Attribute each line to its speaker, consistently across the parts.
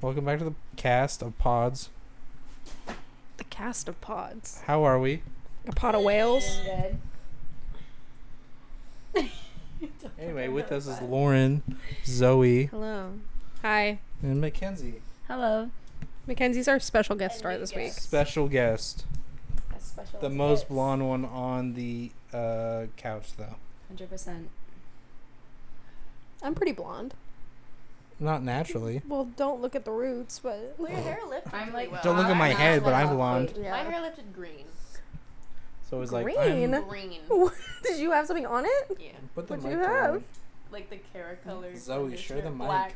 Speaker 1: Welcome back to the cast of Pods.
Speaker 2: The cast of pods.
Speaker 1: How are we?
Speaker 2: A pod of whales.
Speaker 3: Good.
Speaker 1: Anyway, with us is Lauren, Zoe,
Speaker 2: Hello. Hi.
Speaker 1: and Mackenzie.
Speaker 3: Hello.
Speaker 2: Mackenzie's our special guest
Speaker 3: And
Speaker 2: star
Speaker 3: new
Speaker 2: this week.
Speaker 3: guest.
Speaker 1: Special guest.
Speaker 3: That's special.
Speaker 1: The most blonde one on the uh, couch, though.
Speaker 3: Hundred percent.
Speaker 2: I'm pretty blonde.
Speaker 1: Not naturally.
Speaker 2: Well, don't look at the roots, but
Speaker 4: Well, your hair lifted.
Speaker 3: I'm
Speaker 4: really
Speaker 3: like-
Speaker 4: well.
Speaker 1: Don't look at
Speaker 3: I'm
Speaker 1: my
Speaker 3: not
Speaker 1: head, but I'm
Speaker 3: blonde.
Speaker 1: blonde.
Speaker 2: Yeah.
Speaker 4: My hair lifted green.
Speaker 1: So it was like,
Speaker 2: Green?
Speaker 1: I'm-
Speaker 4: Green.
Speaker 2: did you have something on it?
Speaker 4: Yeah.
Speaker 1: put the
Speaker 2: What do
Speaker 1: mic
Speaker 2: you have?
Speaker 1: down.
Speaker 4: Like the Cara color.
Speaker 1: Zoe, share
Speaker 4: conditioner,
Speaker 1: the mic.
Speaker 4: Black.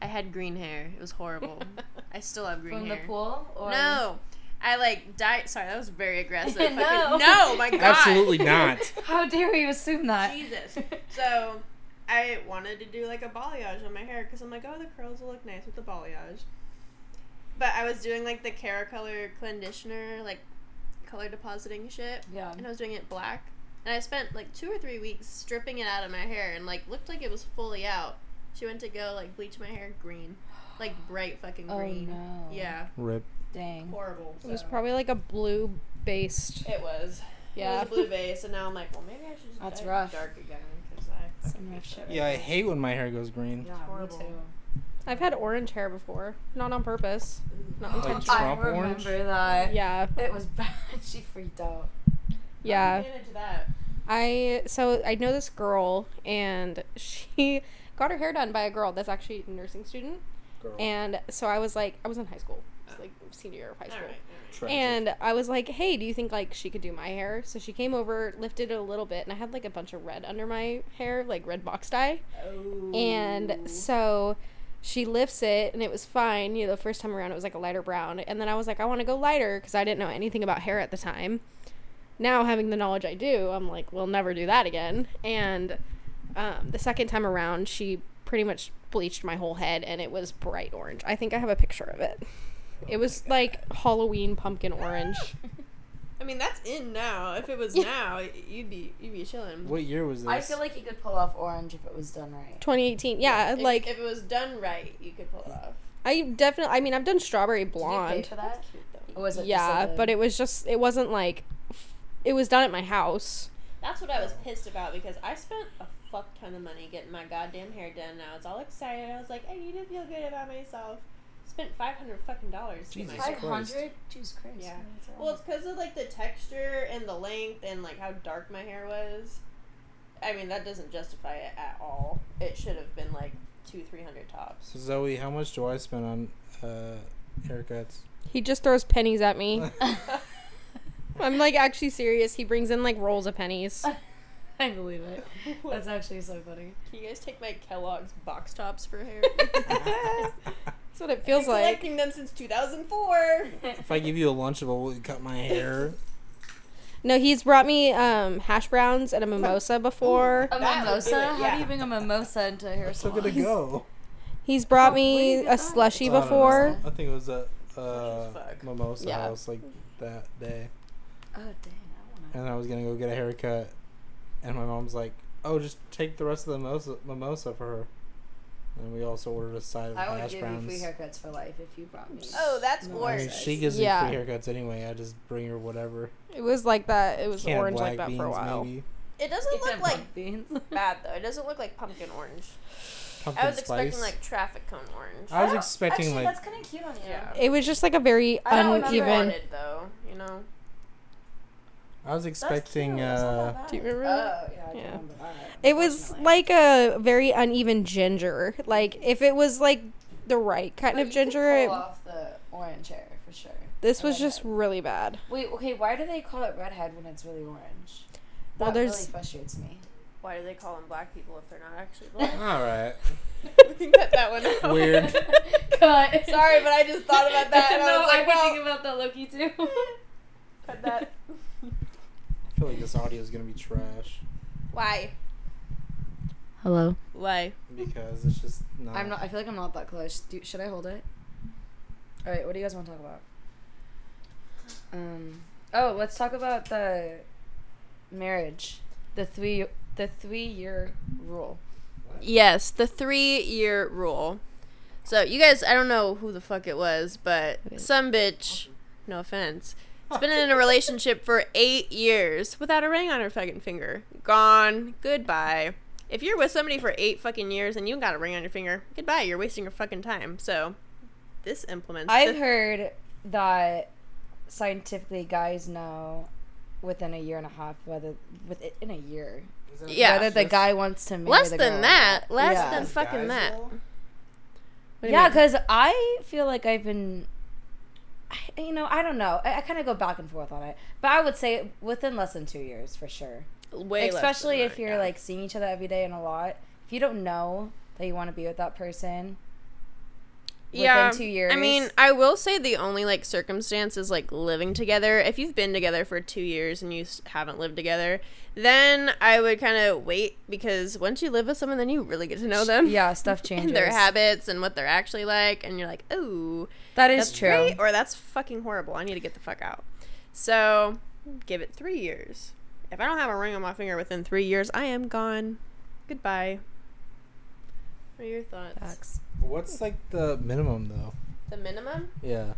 Speaker 4: I had green hair. It was horrible. I still have green
Speaker 3: From
Speaker 4: hair.
Speaker 3: the pool or
Speaker 4: No. I like died. Sorry, that was very aggressive. Fucking-
Speaker 3: No.
Speaker 4: no, my God.
Speaker 1: Absolutely not.
Speaker 3: How dare you assume that?
Speaker 4: Jesus. So I wanted to do like a balayage on my hair because I'm like, oh, the curls will look nice with the balayage. But I was doing like the Cara color conditioner, like color depositing shit,
Speaker 3: Yeah.
Speaker 4: and I was doing it black. And I spent like two or three weeks stripping it out of my hair and like looked like it was fully out. She went to go like bleach my hair green, like bright fucking
Speaker 3: Oh
Speaker 4: green.
Speaker 3: no.
Speaker 4: Yeah,
Speaker 1: Rip.
Speaker 3: Dang.
Speaker 4: horrible.
Speaker 2: It was
Speaker 4: so.
Speaker 2: probably like a blue based.
Speaker 4: It was.
Speaker 2: Yeah.
Speaker 4: It was a blue base, and now I'm like, well, maybe I should just
Speaker 3: That's
Speaker 4: dye it
Speaker 3: rough.
Speaker 4: dark again because I
Speaker 3: Some rough shit.
Speaker 1: Yeah, I hate when my hair goes green.
Speaker 3: Yeah,
Speaker 4: horrible.
Speaker 3: me
Speaker 2: I've had orange hair before, not on purpose, not
Speaker 1: Like
Speaker 3: too.
Speaker 2: intentional.
Speaker 3: I
Speaker 1: Trump
Speaker 3: remember
Speaker 1: orange?
Speaker 3: that.
Speaker 2: Yeah,
Speaker 3: It was bad. she freaked out.
Speaker 2: yeah.
Speaker 4: Manage that.
Speaker 2: I so I know this girl, and she got her hair done by a girl that's actually a nursing student.
Speaker 1: Girl.
Speaker 2: And so I was like, I was in high school, It was, like senior year of high
Speaker 4: All
Speaker 2: school.
Speaker 4: right.
Speaker 1: Tragic.
Speaker 2: And I was like, hey, do you think like she could do my hair? So she came over, lifted it a little bit, and I had like a bunch of red under my hair, like red box dye.
Speaker 4: Oh.
Speaker 2: And so she lifts it, and it was fine. You know, the first time around, it was like a lighter brown. And then I was like, I want to go lighter because I didn't know anything about hair at the time. Now, having the knowledge I do, I'm like, we'll never do that again. And um, the second time around, she pretty much bleached my whole head, and it was bright orange. I think I have a picture of it. It was
Speaker 3: Oh
Speaker 2: like Halloween pumpkin orange.
Speaker 4: I mean, that's in now. If it was
Speaker 2: Yeah.
Speaker 4: now, you'd be you'd be chilling.
Speaker 1: what year was this?
Speaker 3: I feel like you could pull off orange if it was done right.
Speaker 2: 2018. Yeah,
Speaker 4: If-
Speaker 2: like
Speaker 4: if it was done right, you could pull it off.
Speaker 2: I definitely. I mean, I've done strawberry
Speaker 3: Did you
Speaker 2: blonde.
Speaker 3: pay for that?
Speaker 4: Cute though.
Speaker 2: Oh.
Speaker 3: Or was it? just
Speaker 2: yeah,
Speaker 3: like a-
Speaker 2: but it was just. It wasn't like. f- It was done at my house.
Speaker 4: That's what I was pissed about because I spent a fuck ton of money getting my goddamn hair done. And I was all excited. I was like, I need to feel good about myself. Spent five hundred fucking dollars. to get my
Speaker 1: Jesus
Speaker 4: hair
Speaker 3: Five
Speaker 1: Christ.
Speaker 3: hundred. Jesus Christ.
Speaker 4: Yeah.
Speaker 3: That's a lot.
Speaker 4: Well, it's because of like the texture and the length and like how dark my hair was. I mean, that doesn't justify it at all. It should have been like two, three hundred tops.
Speaker 1: So Zoe, how much do I spend on uh, haircuts?
Speaker 2: He just throws pennies at me. I'm like actually serious. He brings in like rolls of pennies.
Speaker 3: I believe it.
Speaker 4: Can
Speaker 3: That's actually so funny.
Speaker 4: you guys take my Kellogg's box tops for hair?
Speaker 2: That's what it feels
Speaker 4: Been
Speaker 2: like.
Speaker 4: collecting them since 2004.
Speaker 1: if I give you a lunchable, will you cut my hair?
Speaker 2: No, he's brought me um, hash browns and a mimosa before.
Speaker 3: A
Speaker 4: That would
Speaker 3: mimosa?
Speaker 4: do it,
Speaker 3: How
Speaker 4: yeah.
Speaker 3: do you bring a mimosa into a hair
Speaker 1: It's still
Speaker 3: salon?
Speaker 1: gonna go.
Speaker 2: He's brought
Speaker 3: where
Speaker 2: me
Speaker 3: did Oh, you
Speaker 2: a
Speaker 3: get that?
Speaker 2: slushie
Speaker 1: I don't know.
Speaker 2: before.
Speaker 1: I think it was a uh,
Speaker 4: as fuck.
Speaker 1: mimosa
Speaker 2: Yeah.
Speaker 1: house like that day,
Speaker 3: Oh dang, I want to.
Speaker 1: and I was gonna go get a haircut, and my mom's like, "Oh, just take the rest of the mimosa, mimosa for her." And we also ordered a side of
Speaker 3: I would
Speaker 1: hash
Speaker 3: give
Speaker 1: browns.
Speaker 3: you free haircuts for life if you brought me.
Speaker 4: Oh, that's
Speaker 3: No,
Speaker 1: I
Speaker 4: worse.
Speaker 1: mean,
Speaker 3: Orange.
Speaker 1: she gives
Speaker 2: Yeah.
Speaker 1: me free haircuts anyway. I just bring her whatever.
Speaker 2: It was like that. It was
Speaker 1: Can of
Speaker 2: orange like
Speaker 1: black
Speaker 2: that for a
Speaker 1: beans,
Speaker 2: while.
Speaker 1: Maybe.
Speaker 4: It doesn't look like
Speaker 3: beans.
Speaker 4: bad though. It doesn't look like pumpkin orange.
Speaker 1: Pumpkin
Speaker 4: I was
Speaker 1: spice.
Speaker 4: expecting like traffic cone orange.
Speaker 1: I was expecting
Speaker 3: Actually,
Speaker 1: like
Speaker 3: that's kind of cute on you.
Speaker 4: Yeah.
Speaker 2: It was just like a very
Speaker 3: I don't
Speaker 4: That's what I
Speaker 2: uneven.
Speaker 4: wanted, though, you know.
Speaker 1: I was
Speaker 3: That's
Speaker 1: expecting
Speaker 3: cute. That's not
Speaker 1: uh,
Speaker 3: that bad.
Speaker 2: Do you remember? that?
Speaker 3: Oh yeah, I do
Speaker 2: Yeah.
Speaker 3: remember that.
Speaker 2: It was
Speaker 3: Unfortunately.
Speaker 2: like a very uneven ginger. Like if it was like the right
Speaker 3: But
Speaker 2: kind
Speaker 3: Oh, you
Speaker 2: of
Speaker 3: could
Speaker 2: ginger, it,
Speaker 3: Pull off the orange hair for sure.
Speaker 2: this
Speaker 3: Or
Speaker 2: was just
Speaker 3: redhead.
Speaker 2: really bad.
Speaker 3: Wait, okay. Why do they call it redhead when it's really orange? That
Speaker 2: Well, there's-
Speaker 3: really frustrates me.
Speaker 4: Why do they call them black people if they're not actually black?
Speaker 1: all right,
Speaker 4: we can cut that one out.
Speaker 1: weird.
Speaker 3: Cut.
Speaker 4: Sorry, but I just thought about that and I was like, well-
Speaker 3: about that Loki too.
Speaker 4: Cut that.
Speaker 1: I feel like this audio is gonna be trash
Speaker 4: Why?
Speaker 3: Hello.
Speaker 4: Why?
Speaker 1: because it's just not.
Speaker 3: I'm not. I feel like I'm not that close. Do, should I hold it? All right. What do you guys want to talk about? Um. Oh, let's talk about the marriage. The three. The three year rule.
Speaker 4: Yes, the three year rule. So you guys, I don't know who the fuck it was, but
Speaker 2: Okay.
Speaker 4: some bitch, no offense, has been in a relationship for eight years without a ring on her fucking finger. Gone. Goodbye. If you're with somebody for eight fucking years and you ain't got a ring on your finger, goodbye. You're wasting your fucking time. So this implements.
Speaker 3: I've
Speaker 4: the-
Speaker 3: heard that scientifically, guys know within a year and a half whether within a year
Speaker 4: Yeah.
Speaker 3: whether the guy wants to marry
Speaker 4: less
Speaker 3: the girl or
Speaker 4: than that.
Speaker 3: not.
Speaker 4: Less
Speaker 3: Yeah.
Speaker 4: than fucking that. What do you
Speaker 3: Yeah,
Speaker 4: mean?
Speaker 3: because I feel like I've been, I- you know, I don't know. I, I kind of go back and forth on it, but I would say within less than two years for sure.
Speaker 4: Way less than
Speaker 3: Especially if
Speaker 4: that,
Speaker 3: you're
Speaker 4: yeah.
Speaker 3: like seeing each other every day and a lot. If you don't know that you want to be with that person, within two years.
Speaker 4: I mean, I will say the only like circumstance is like living together. If you've been together for two years and you s- haven't lived together, then I would kind of wait because once you live with someone, then you really get to know them.
Speaker 3: yeah, stuff changes.
Speaker 4: And their habits and what they're actually like, and you're like, ooh,
Speaker 3: That is
Speaker 4: that's
Speaker 3: true.
Speaker 4: great, or that's fucking horrible. I need to get the fuck out. So, give it three years. If I don't have a ring on my finger within three years, I am gone. Goodbye. What are your thoughts?
Speaker 3: Facts.
Speaker 1: What's like the minimum though?
Speaker 4: The minimum.
Speaker 1: Yeah.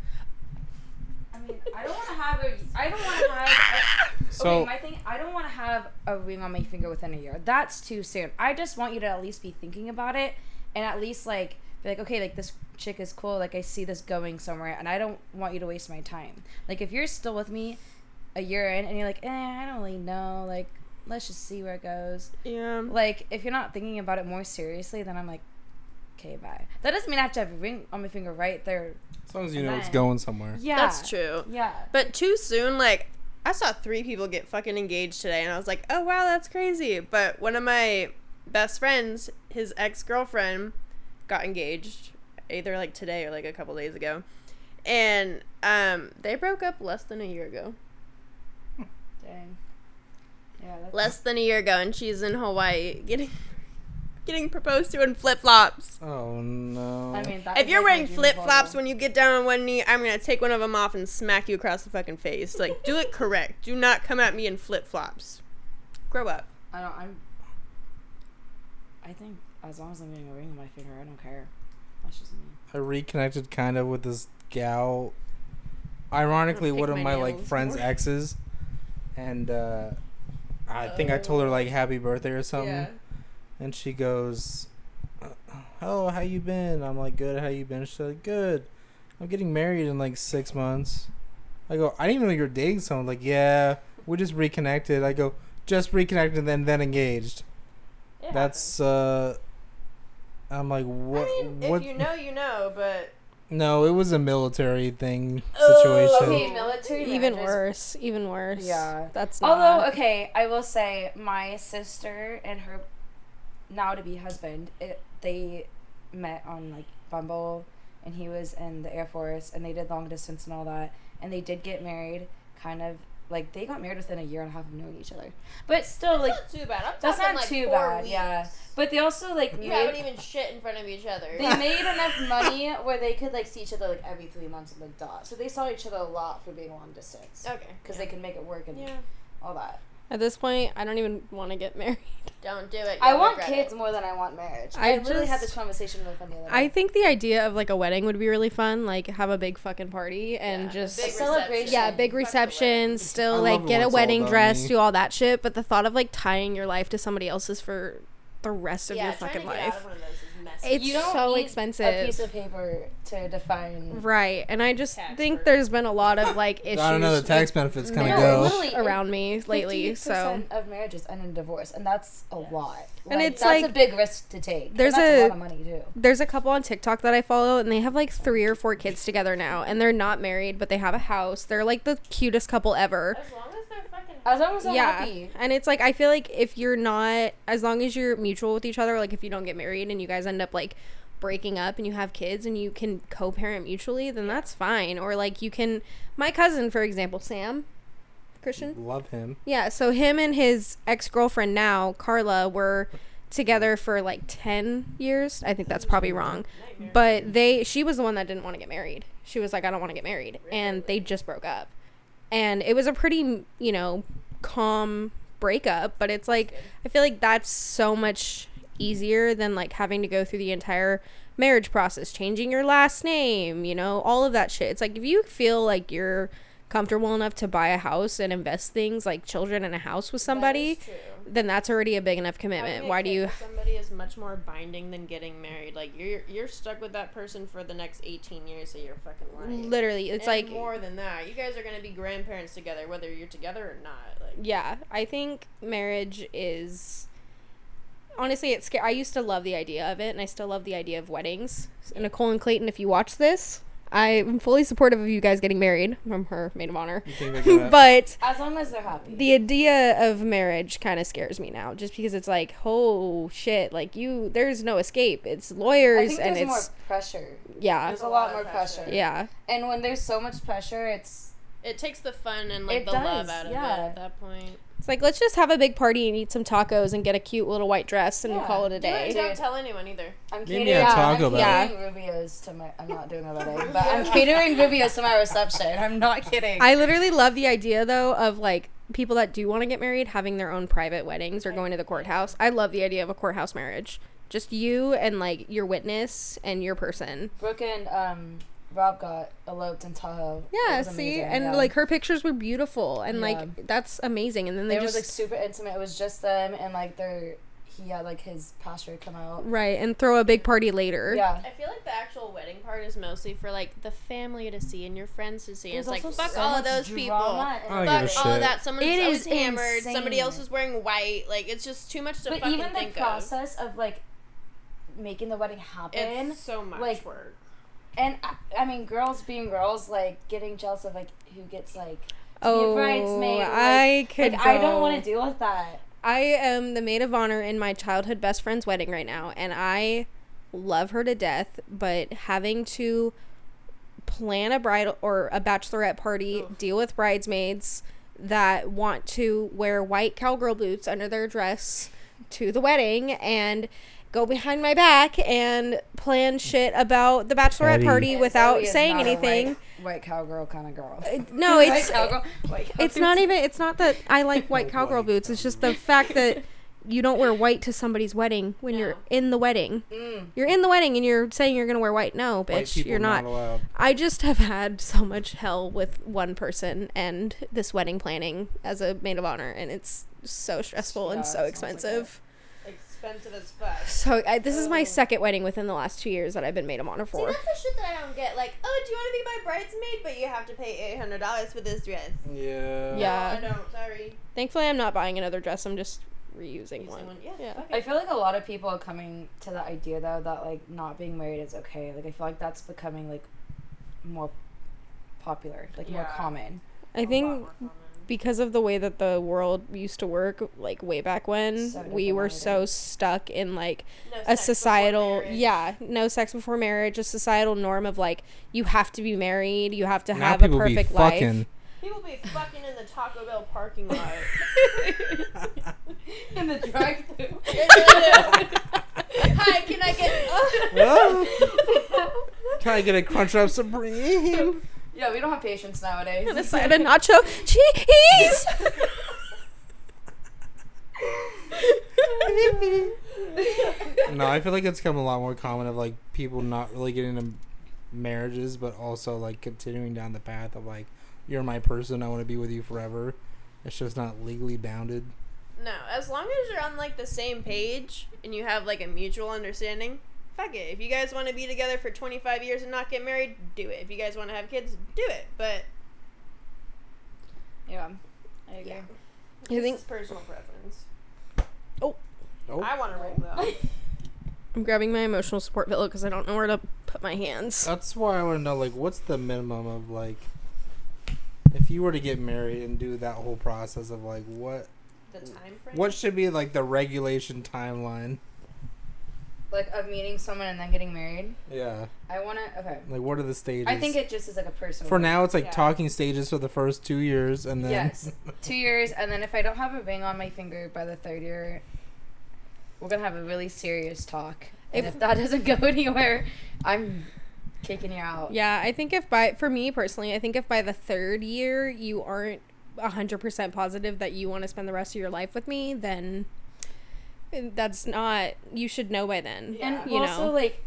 Speaker 3: I mean, I don't want to have a. I don't want to have.
Speaker 1: So
Speaker 3: okay, my thing. I don't want to have a ring on my finger within a year. That's too soon. I just want you to at least be thinking about it, and at least like be like, okay, like this chick is cool. Like I see this going somewhere, and I don't want you to waste my time. Like if you're still with me a year in, and you're like, eh, I don't really know. Like let's just see where it goes.
Speaker 4: Yeah.
Speaker 3: Like if you're not thinking about it more seriously, then I'm like, okay, bye. That doesn't mean I have to have a ring on my finger right there.
Speaker 1: as long as you know it's
Speaker 3: Then-
Speaker 1: going somewhere.
Speaker 3: Yeah,
Speaker 4: That's true.
Speaker 3: Yeah.
Speaker 4: But too soon, like I saw three people get fucking engaged today, and I was like, oh wow, that's crazy. But one of my best friends, his ex girlfriend, got engaged either like today or like a couple days ago, and um, they broke up less than a year ago.
Speaker 3: Dang. Yeah. That's-
Speaker 4: Less than a year ago, and she's in Hawaii getting getting proposed to in flip flops.
Speaker 1: Oh no.
Speaker 3: I mean, that
Speaker 4: If
Speaker 3: is,
Speaker 4: you're
Speaker 3: like, my
Speaker 4: wearing
Speaker 3: dream
Speaker 4: flip flops
Speaker 3: photo.
Speaker 4: when you get down on one knee, I'm gonna take one of them off and smack you across the fucking face. Like, do it correct. Do not come at me in flip flops. Grow up.
Speaker 3: I don't. I'm. I think as long as I'm getting a ring on my finger, I don't care. That's just me.
Speaker 1: I reconnected kind of with this gal. Ironically,
Speaker 2: I'll pick
Speaker 1: one of my,
Speaker 2: my
Speaker 1: like
Speaker 2: nails.
Speaker 1: friends' exes, and uh, I think I told her like happy birthday or something, and she goes, "Oh, how you been?" I'm like, "Good. How you been?" She's like, "Good. I'm getting married in like six months." I go, "I didn't even know you were dating someone." Like, yeah, we just reconnected. I go, "Just reconnected, and then then engaged." That's uh, I'm like, what? what?
Speaker 4: know, you know, but
Speaker 1: No, it was a military thing
Speaker 4: Oh,
Speaker 1: situation.
Speaker 4: okay.
Speaker 3: military.
Speaker 2: Even
Speaker 3: marriages-
Speaker 2: worse. Even worse.
Speaker 3: Yeah.
Speaker 2: That's not.
Speaker 3: Although, uh, okay, I will say my sister and her now to be husband, it, they met on like Bumble, and he was in the Air Force, and they did long distance and all that, and they did get married, kind of like they got married within a year and a half of knowing each other, but still like.
Speaker 4: not too bad. I'm
Speaker 3: That's talking, not like, too four bad, yeah. But they also like made-
Speaker 4: even shit in front of each other.
Speaker 3: they made enough money where they could like see each other like every three months and like dot. So they saw each other a lot for being long distance
Speaker 4: okay.
Speaker 3: because they could make it work and all that.
Speaker 2: At this point, I don't even want to get married.
Speaker 4: Don't do it.
Speaker 3: I want kids more than I want marriage. I,
Speaker 2: I
Speaker 3: literally had this
Speaker 2: just-
Speaker 3: conversation with on the other
Speaker 2: I
Speaker 3: day.
Speaker 2: think the idea of like a wedding would be really fun. Like have a big fucking party and just
Speaker 3: big celebration.
Speaker 2: yeah, big
Speaker 4: Fuck the
Speaker 2: reception.
Speaker 1: I
Speaker 2: Still
Speaker 1: love
Speaker 2: like
Speaker 1: it
Speaker 2: get
Speaker 1: when it's
Speaker 2: a
Speaker 1: all
Speaker 2: wedding
Speaker 1: about
Speaker 2: dress,
Speaker 1: me.
Speaker 2: do all that shit. But the thought of like tying your life to somebody else's for the rest of your fucking life, it's
Speaker 3: You don't
Speaker 2: so
Speaker 3: need
Speaker 2: expensive.
Speaker 3: a piece of paper to define.
Speaker 2: Right, and I just
Speaker 4: Tax
Speaker 2: think
Speaker 4: burden.
Speaker 2: there's been a lot of like issues
Speaker 1: I don't know. The tax benefits kind
Speaker 2: No,
Speaker 1: of
Speaker 2: go.
Speaker 1: go.
Speaker 2: literally, around me lately. So
Speaker 3: 50% of marriages end in divorce, and that's a lot.
Speaker 2: And
Speaker 3: Like,
Speaker 2: it's,
Speaker 3: that's
Speaker 2: like,
Speaker 3: a big risk to take.
Speaker 2: there's
Speaker 3: and that's
Speaker 2: a-
Speaker 3: a lot of money too.
Speaker 2: there's a couple on TikTok that I follow, and they have like three or four kids together now, and they're not married, but they have a house. They're like the cutest couple ever.
Speaker 4: As long as they're fucking.
Speaker 3: As long as I'm
Speaker 2: yeah,
Speaker 3: happy.
Speaker 2: and it's like I feel like if you're not, as long as you're mutual with each other, like if you don't get married and you guys end up like breaking up and you have kids and you can co-parent mutually, then that's fine. Or like you can, my cousin, for example, Sam, Christian.
Speaker 1: Love him.
Speaker 2: Yeah, so him and his ex girlfriend now, Carla, were together for like 10 years. I think that's probably wrong. But they she was the one that didn't want to get married. She was like I don't want to get married and they just broke up. And it was a pretty, you know, calm breakup, but it's like I feel like that's so much easier than like having to go through the entire marriage process, changing your last name, you know, all of that shit. It's like if you feel like you're comfortable enough to buy a house and invest things like children in a house with somebody,
Speaker 4: That is true.
Speaker 2: then that's already a big enough commitment.
Speaker 4: Having a
Speaker 2: Why do
Speaker 4: kid
Speaker 2: you
Speaker 4: with Somebody is much more binding than getting married. Like you're you're stuck with that person for the next eighteen years of your fucking life.
Speaker 2: literally it's
Speaker 4: And
Speaker 2: like
Speaker 4: more than that. You guys are gonna be grandparents together, whether you're together or not. Like
Speaker 2: yeah i think marriage is honestly it's scary i used to love the idea of it and i still love the idea of weddings nicole and clayton if you watch this i'm fully supportive of you guys getting married i'm her maid of honor
Speaker 1: You think they're gonna-
Speaker 2: but
Speaker 3: As long as they're happy.
Speaker 2: the idea of marriage kind of scares me now just because it's like oh shit like you there's no escape it's
Speaker 3: I
Speaker 2: lawyers
Speaker 3: think
Speaker 2: and
Speaker 3: there's more
Speaker 2: it's
Speaker 3: pressure.
Speaker 2: yeah
Speaker 3: There's a lot more pressure.
Speaker 2: yeah
Speaker 3: And when there's so much pressure, it's
Speaker 4: It takes the fun and like
Speaker 3: It
Speaker 4: the love
Speaker 3: does,
Speaker 4: out of it
Speaker 3: yeah.
Speaker 4: at that point.
Speaker 2: it's like let's just have a big party and eat some tacos and get a cute little white dress and
Speaker 3: Yeah.
Speaker 2: call it a
Speaker 3: Do
Speaker 2: day
Speaker 4: Don't tell anyone either.
Speaker 3: I'm
Speaker 1: Maybe
Speaker 3: catering,
Speaker 1: a Taco
Speaker 3: I'm
Speaker 1: Bell.
Speaker 3: catering Rubio's to my. I'm not doing a wedding, but I'm catering Rubio's to my reception. I'm not kidding.
Speaker 2: I literally love the idea though of like people that do want to get married having their own private weddings or going to the courthouse. I love the idea of a courthouse marriage. Just you and like your witness and your person.
Speaker 3: Brooke and um, Rob got eloped in Tahoe. It
Speaker 2: Yeah,
Speaker 3: was
Speaker 2: see,
Speaker 3: amazing,
Speaker 2: and
Speaker 3: yeah.
Speaker 2: like her pictures were beautiful and
Speaker 3: Yeah.
Speaker 2: like that's amazing. And then they
Speaker 3: it
Speaker 2: just
Speaker 3: was like super intimate. It was just them and like their. He had like his pastor come out.
Speaker 2: right and throw a big party later.
Speaker 3: Yeah.
Speaker 4: I feel like the actual wedding part is mostly for like the family to see and your friends to see. And it's
Speaker 3: There's
Speaker 4: like
Speaker 3: also
Speaker 4: fuck
Speaker 3: so
Speaker 4: all of
Speaker 3: much
Speaker 4: those people.
Speaker 3: drama in
Speaker 1: I don't
Speaker 4: Fuck
Speaker 1: give a
Speaker 4: all of
Speaker 1: shit.
Speaker 4: that. Somebody's
Speaker 3: It
Speaker 4: always
Speaker 3: is
Speaker 4: hammered. Somebody
Speaker 3: insane.
Speaker 4: else is wearing white. Like it's just too much to
Speaker 3: But
Speaker 4: fucking
Speaker 3: even the
Speaker 4: think of.
Speaker 3: process of like making the wedding happen,
Speaker 4: It's so much
Speaker 3: like,
Speaker 4: work.
Speaker 3: and I, I mean, girls being girls, like getting jealous of like who gets like
Speaker 2: Oh,
Speaker 3: be a bridesmaid. Like,
Speaker 2: I could.
Speaker 3: like I don't
Speaker 2: go.
Speaker 3: want to deal with that.
Speaker 2: I am the maid of honor in my childhood best friend's wedding right now, and I love her to death, but having to plan a bridal or a bachelorette party, deal with bridesmaids that want to wear white cowgirl boots under their dress to the wedding and go behind my back and plan shit about the bachelorette
Speaker 1: Petty.
Speaker 2: party
Speaker 1: And
Speaker 2: without
Speaker 3: Zoe is
Speaker 2: saying
Speaker 3: not a
Speaker 2: anything.
Speaker 3: white, white cowgirl kind of girl.
Speaker 2: No, it's
Speaker 3: white cowgirl. White cowgirl.
Speaker 2: it's not even it's not that i like white cowgirl boots it's just the fact that you don't wear white to somebody's wedding when you're
Speaker 4: No.
Speaker 2: in the wedding
Speaker 3: Mm.
Speaker 2: you're in the wedding and you're saying you're gonna wear white no
Speaker 1: White
Speaker 2: bitch
Speaker 1: people
Speaker 2: you're not,
Speaker 1: allowed.
Speaker 2: i just have had so much hell with one person and this wedding planning as a maid of honor and it's so stressful
Speaker 3: Yeah,
Speaker 2: and
Speaker 3: it
Speaker 2: so
Speaker 3: sounds like
Speaker 2: expensive
Speaker 4: Expensive as fuck.
Speaker 2: so I, this is my
Speaker 4: Oh.
Speaker 2: second wedding within the last two years that i've been maid of honor
Speaker 4: See,
Speaker 2: for
Speaker 4: that's the shit that I don't get. Like, oh, do you want to be my bridesmaid, but you have to pay eight hundred dollars for this dress? Oh,
Speaker 1: Yeah.
Speaker 2: Yeah.
Speaker 4: No, I don't. Sorry.
Speaker 2: thankfully i'm not buying another dress i'm just reusing
Speaker 4: Using
Speaker 2: one
Speaker 4: one. Yeah.
Speaker 2: Yeah.
Speaker 4: fuck
Speaker 3: I
Speaker 4: it.
Speaker 3: feel like a lot of people are coming to the idea though that like not being married is okay. Like I feel like that's becoming like more popular, like more
Speaker 4: Yeah.
Speaker 3: common.
Speaker 2: i think because of the way that the world used to work like way back when
Speaker 3: So
Speaker 2: we were so
Speaker 3: divided.
Speaker 2: stuck in like
Speaker 4: No sex
Speaker 2: a
Speaker 4: before
Speaker 2: societal
Speaker 4: marriage.
Speaker 2: yeah no sex before marriage a societal norm of like you have to be married you have to
Speaker 1: Now
Speaker 2: have a
Speaker 1: people
Speaker 2: perfect
Speaker 1: be
Speaker 2: life
Speaker 1: fucking.
Speaker 4: People be fucking in the Taco Bell parking lot.
Speaker 3: In the drive-through.
Speaker 4: Hi, can I get?
Speaker 1: Oh. Can I get a crunch up supreme?
Speaker 3: yeah, we don't have patience nowadays.
Speaker 2: and a side of nacho cheese
Speaker 1: no, I feel like it's become a lot more common of like people not really getting into marriages, but also like continuing down the path of like you're my person, I want to be with you forever. It's just not legally bounded.
Speaker 4: no, as long as you're on like the same page and you have like a mutual understanding. Fuck it. If you guys want to be together for 25 years and not get married, do it. If you guys want to have kids, do it. But
Speaker 3: yeah. I agree.
Speaker 4: yeah,
Speaker 2: you think
Speaker 4: it's personal preference.
Speaker 1: Oh,
Speaker 4: I want to ring though.
Speaker 2: i'm grabbing my emotional support pillow because i don't know where to put my hands
Speaker 1: that's why I want to know like what's the minimum of like if you were to get married and do that whole process of like what
Speaker 4: The time frame.
Speaker 1: what should be like the regulation timeline?
Speaker 3: Like of meeting someone and then getting married.
Speaker 1: Yeah,
Speaker 3: I wanna okay.
Speaker 1: like what are the stages?
Speaker 3: I think it just is like a personal
Speaker 1: for now it's like
Speaker 4: yeah.
Speaker 1: talking stages for the first two years and then
Speaker 3: Yes. two years and then if I don't have a ring on my finger by the third year we're gonna have a really serious talk. And
Speaker 2: If-
Speaker 3: if, that doesn't go anywhere, I'm kicking you out.
Speaker 2: Yeah, I think if by for me personally, I think if by the third year you aren't hundred percent positive that you want to spend the rest of your life with me, then that's not. You should know by then.
Speaker 4: Yeah.
Speaker 3: And
Speaker 2: You
Speaker 3: also
Speaker 2: know.
Speaker 3: like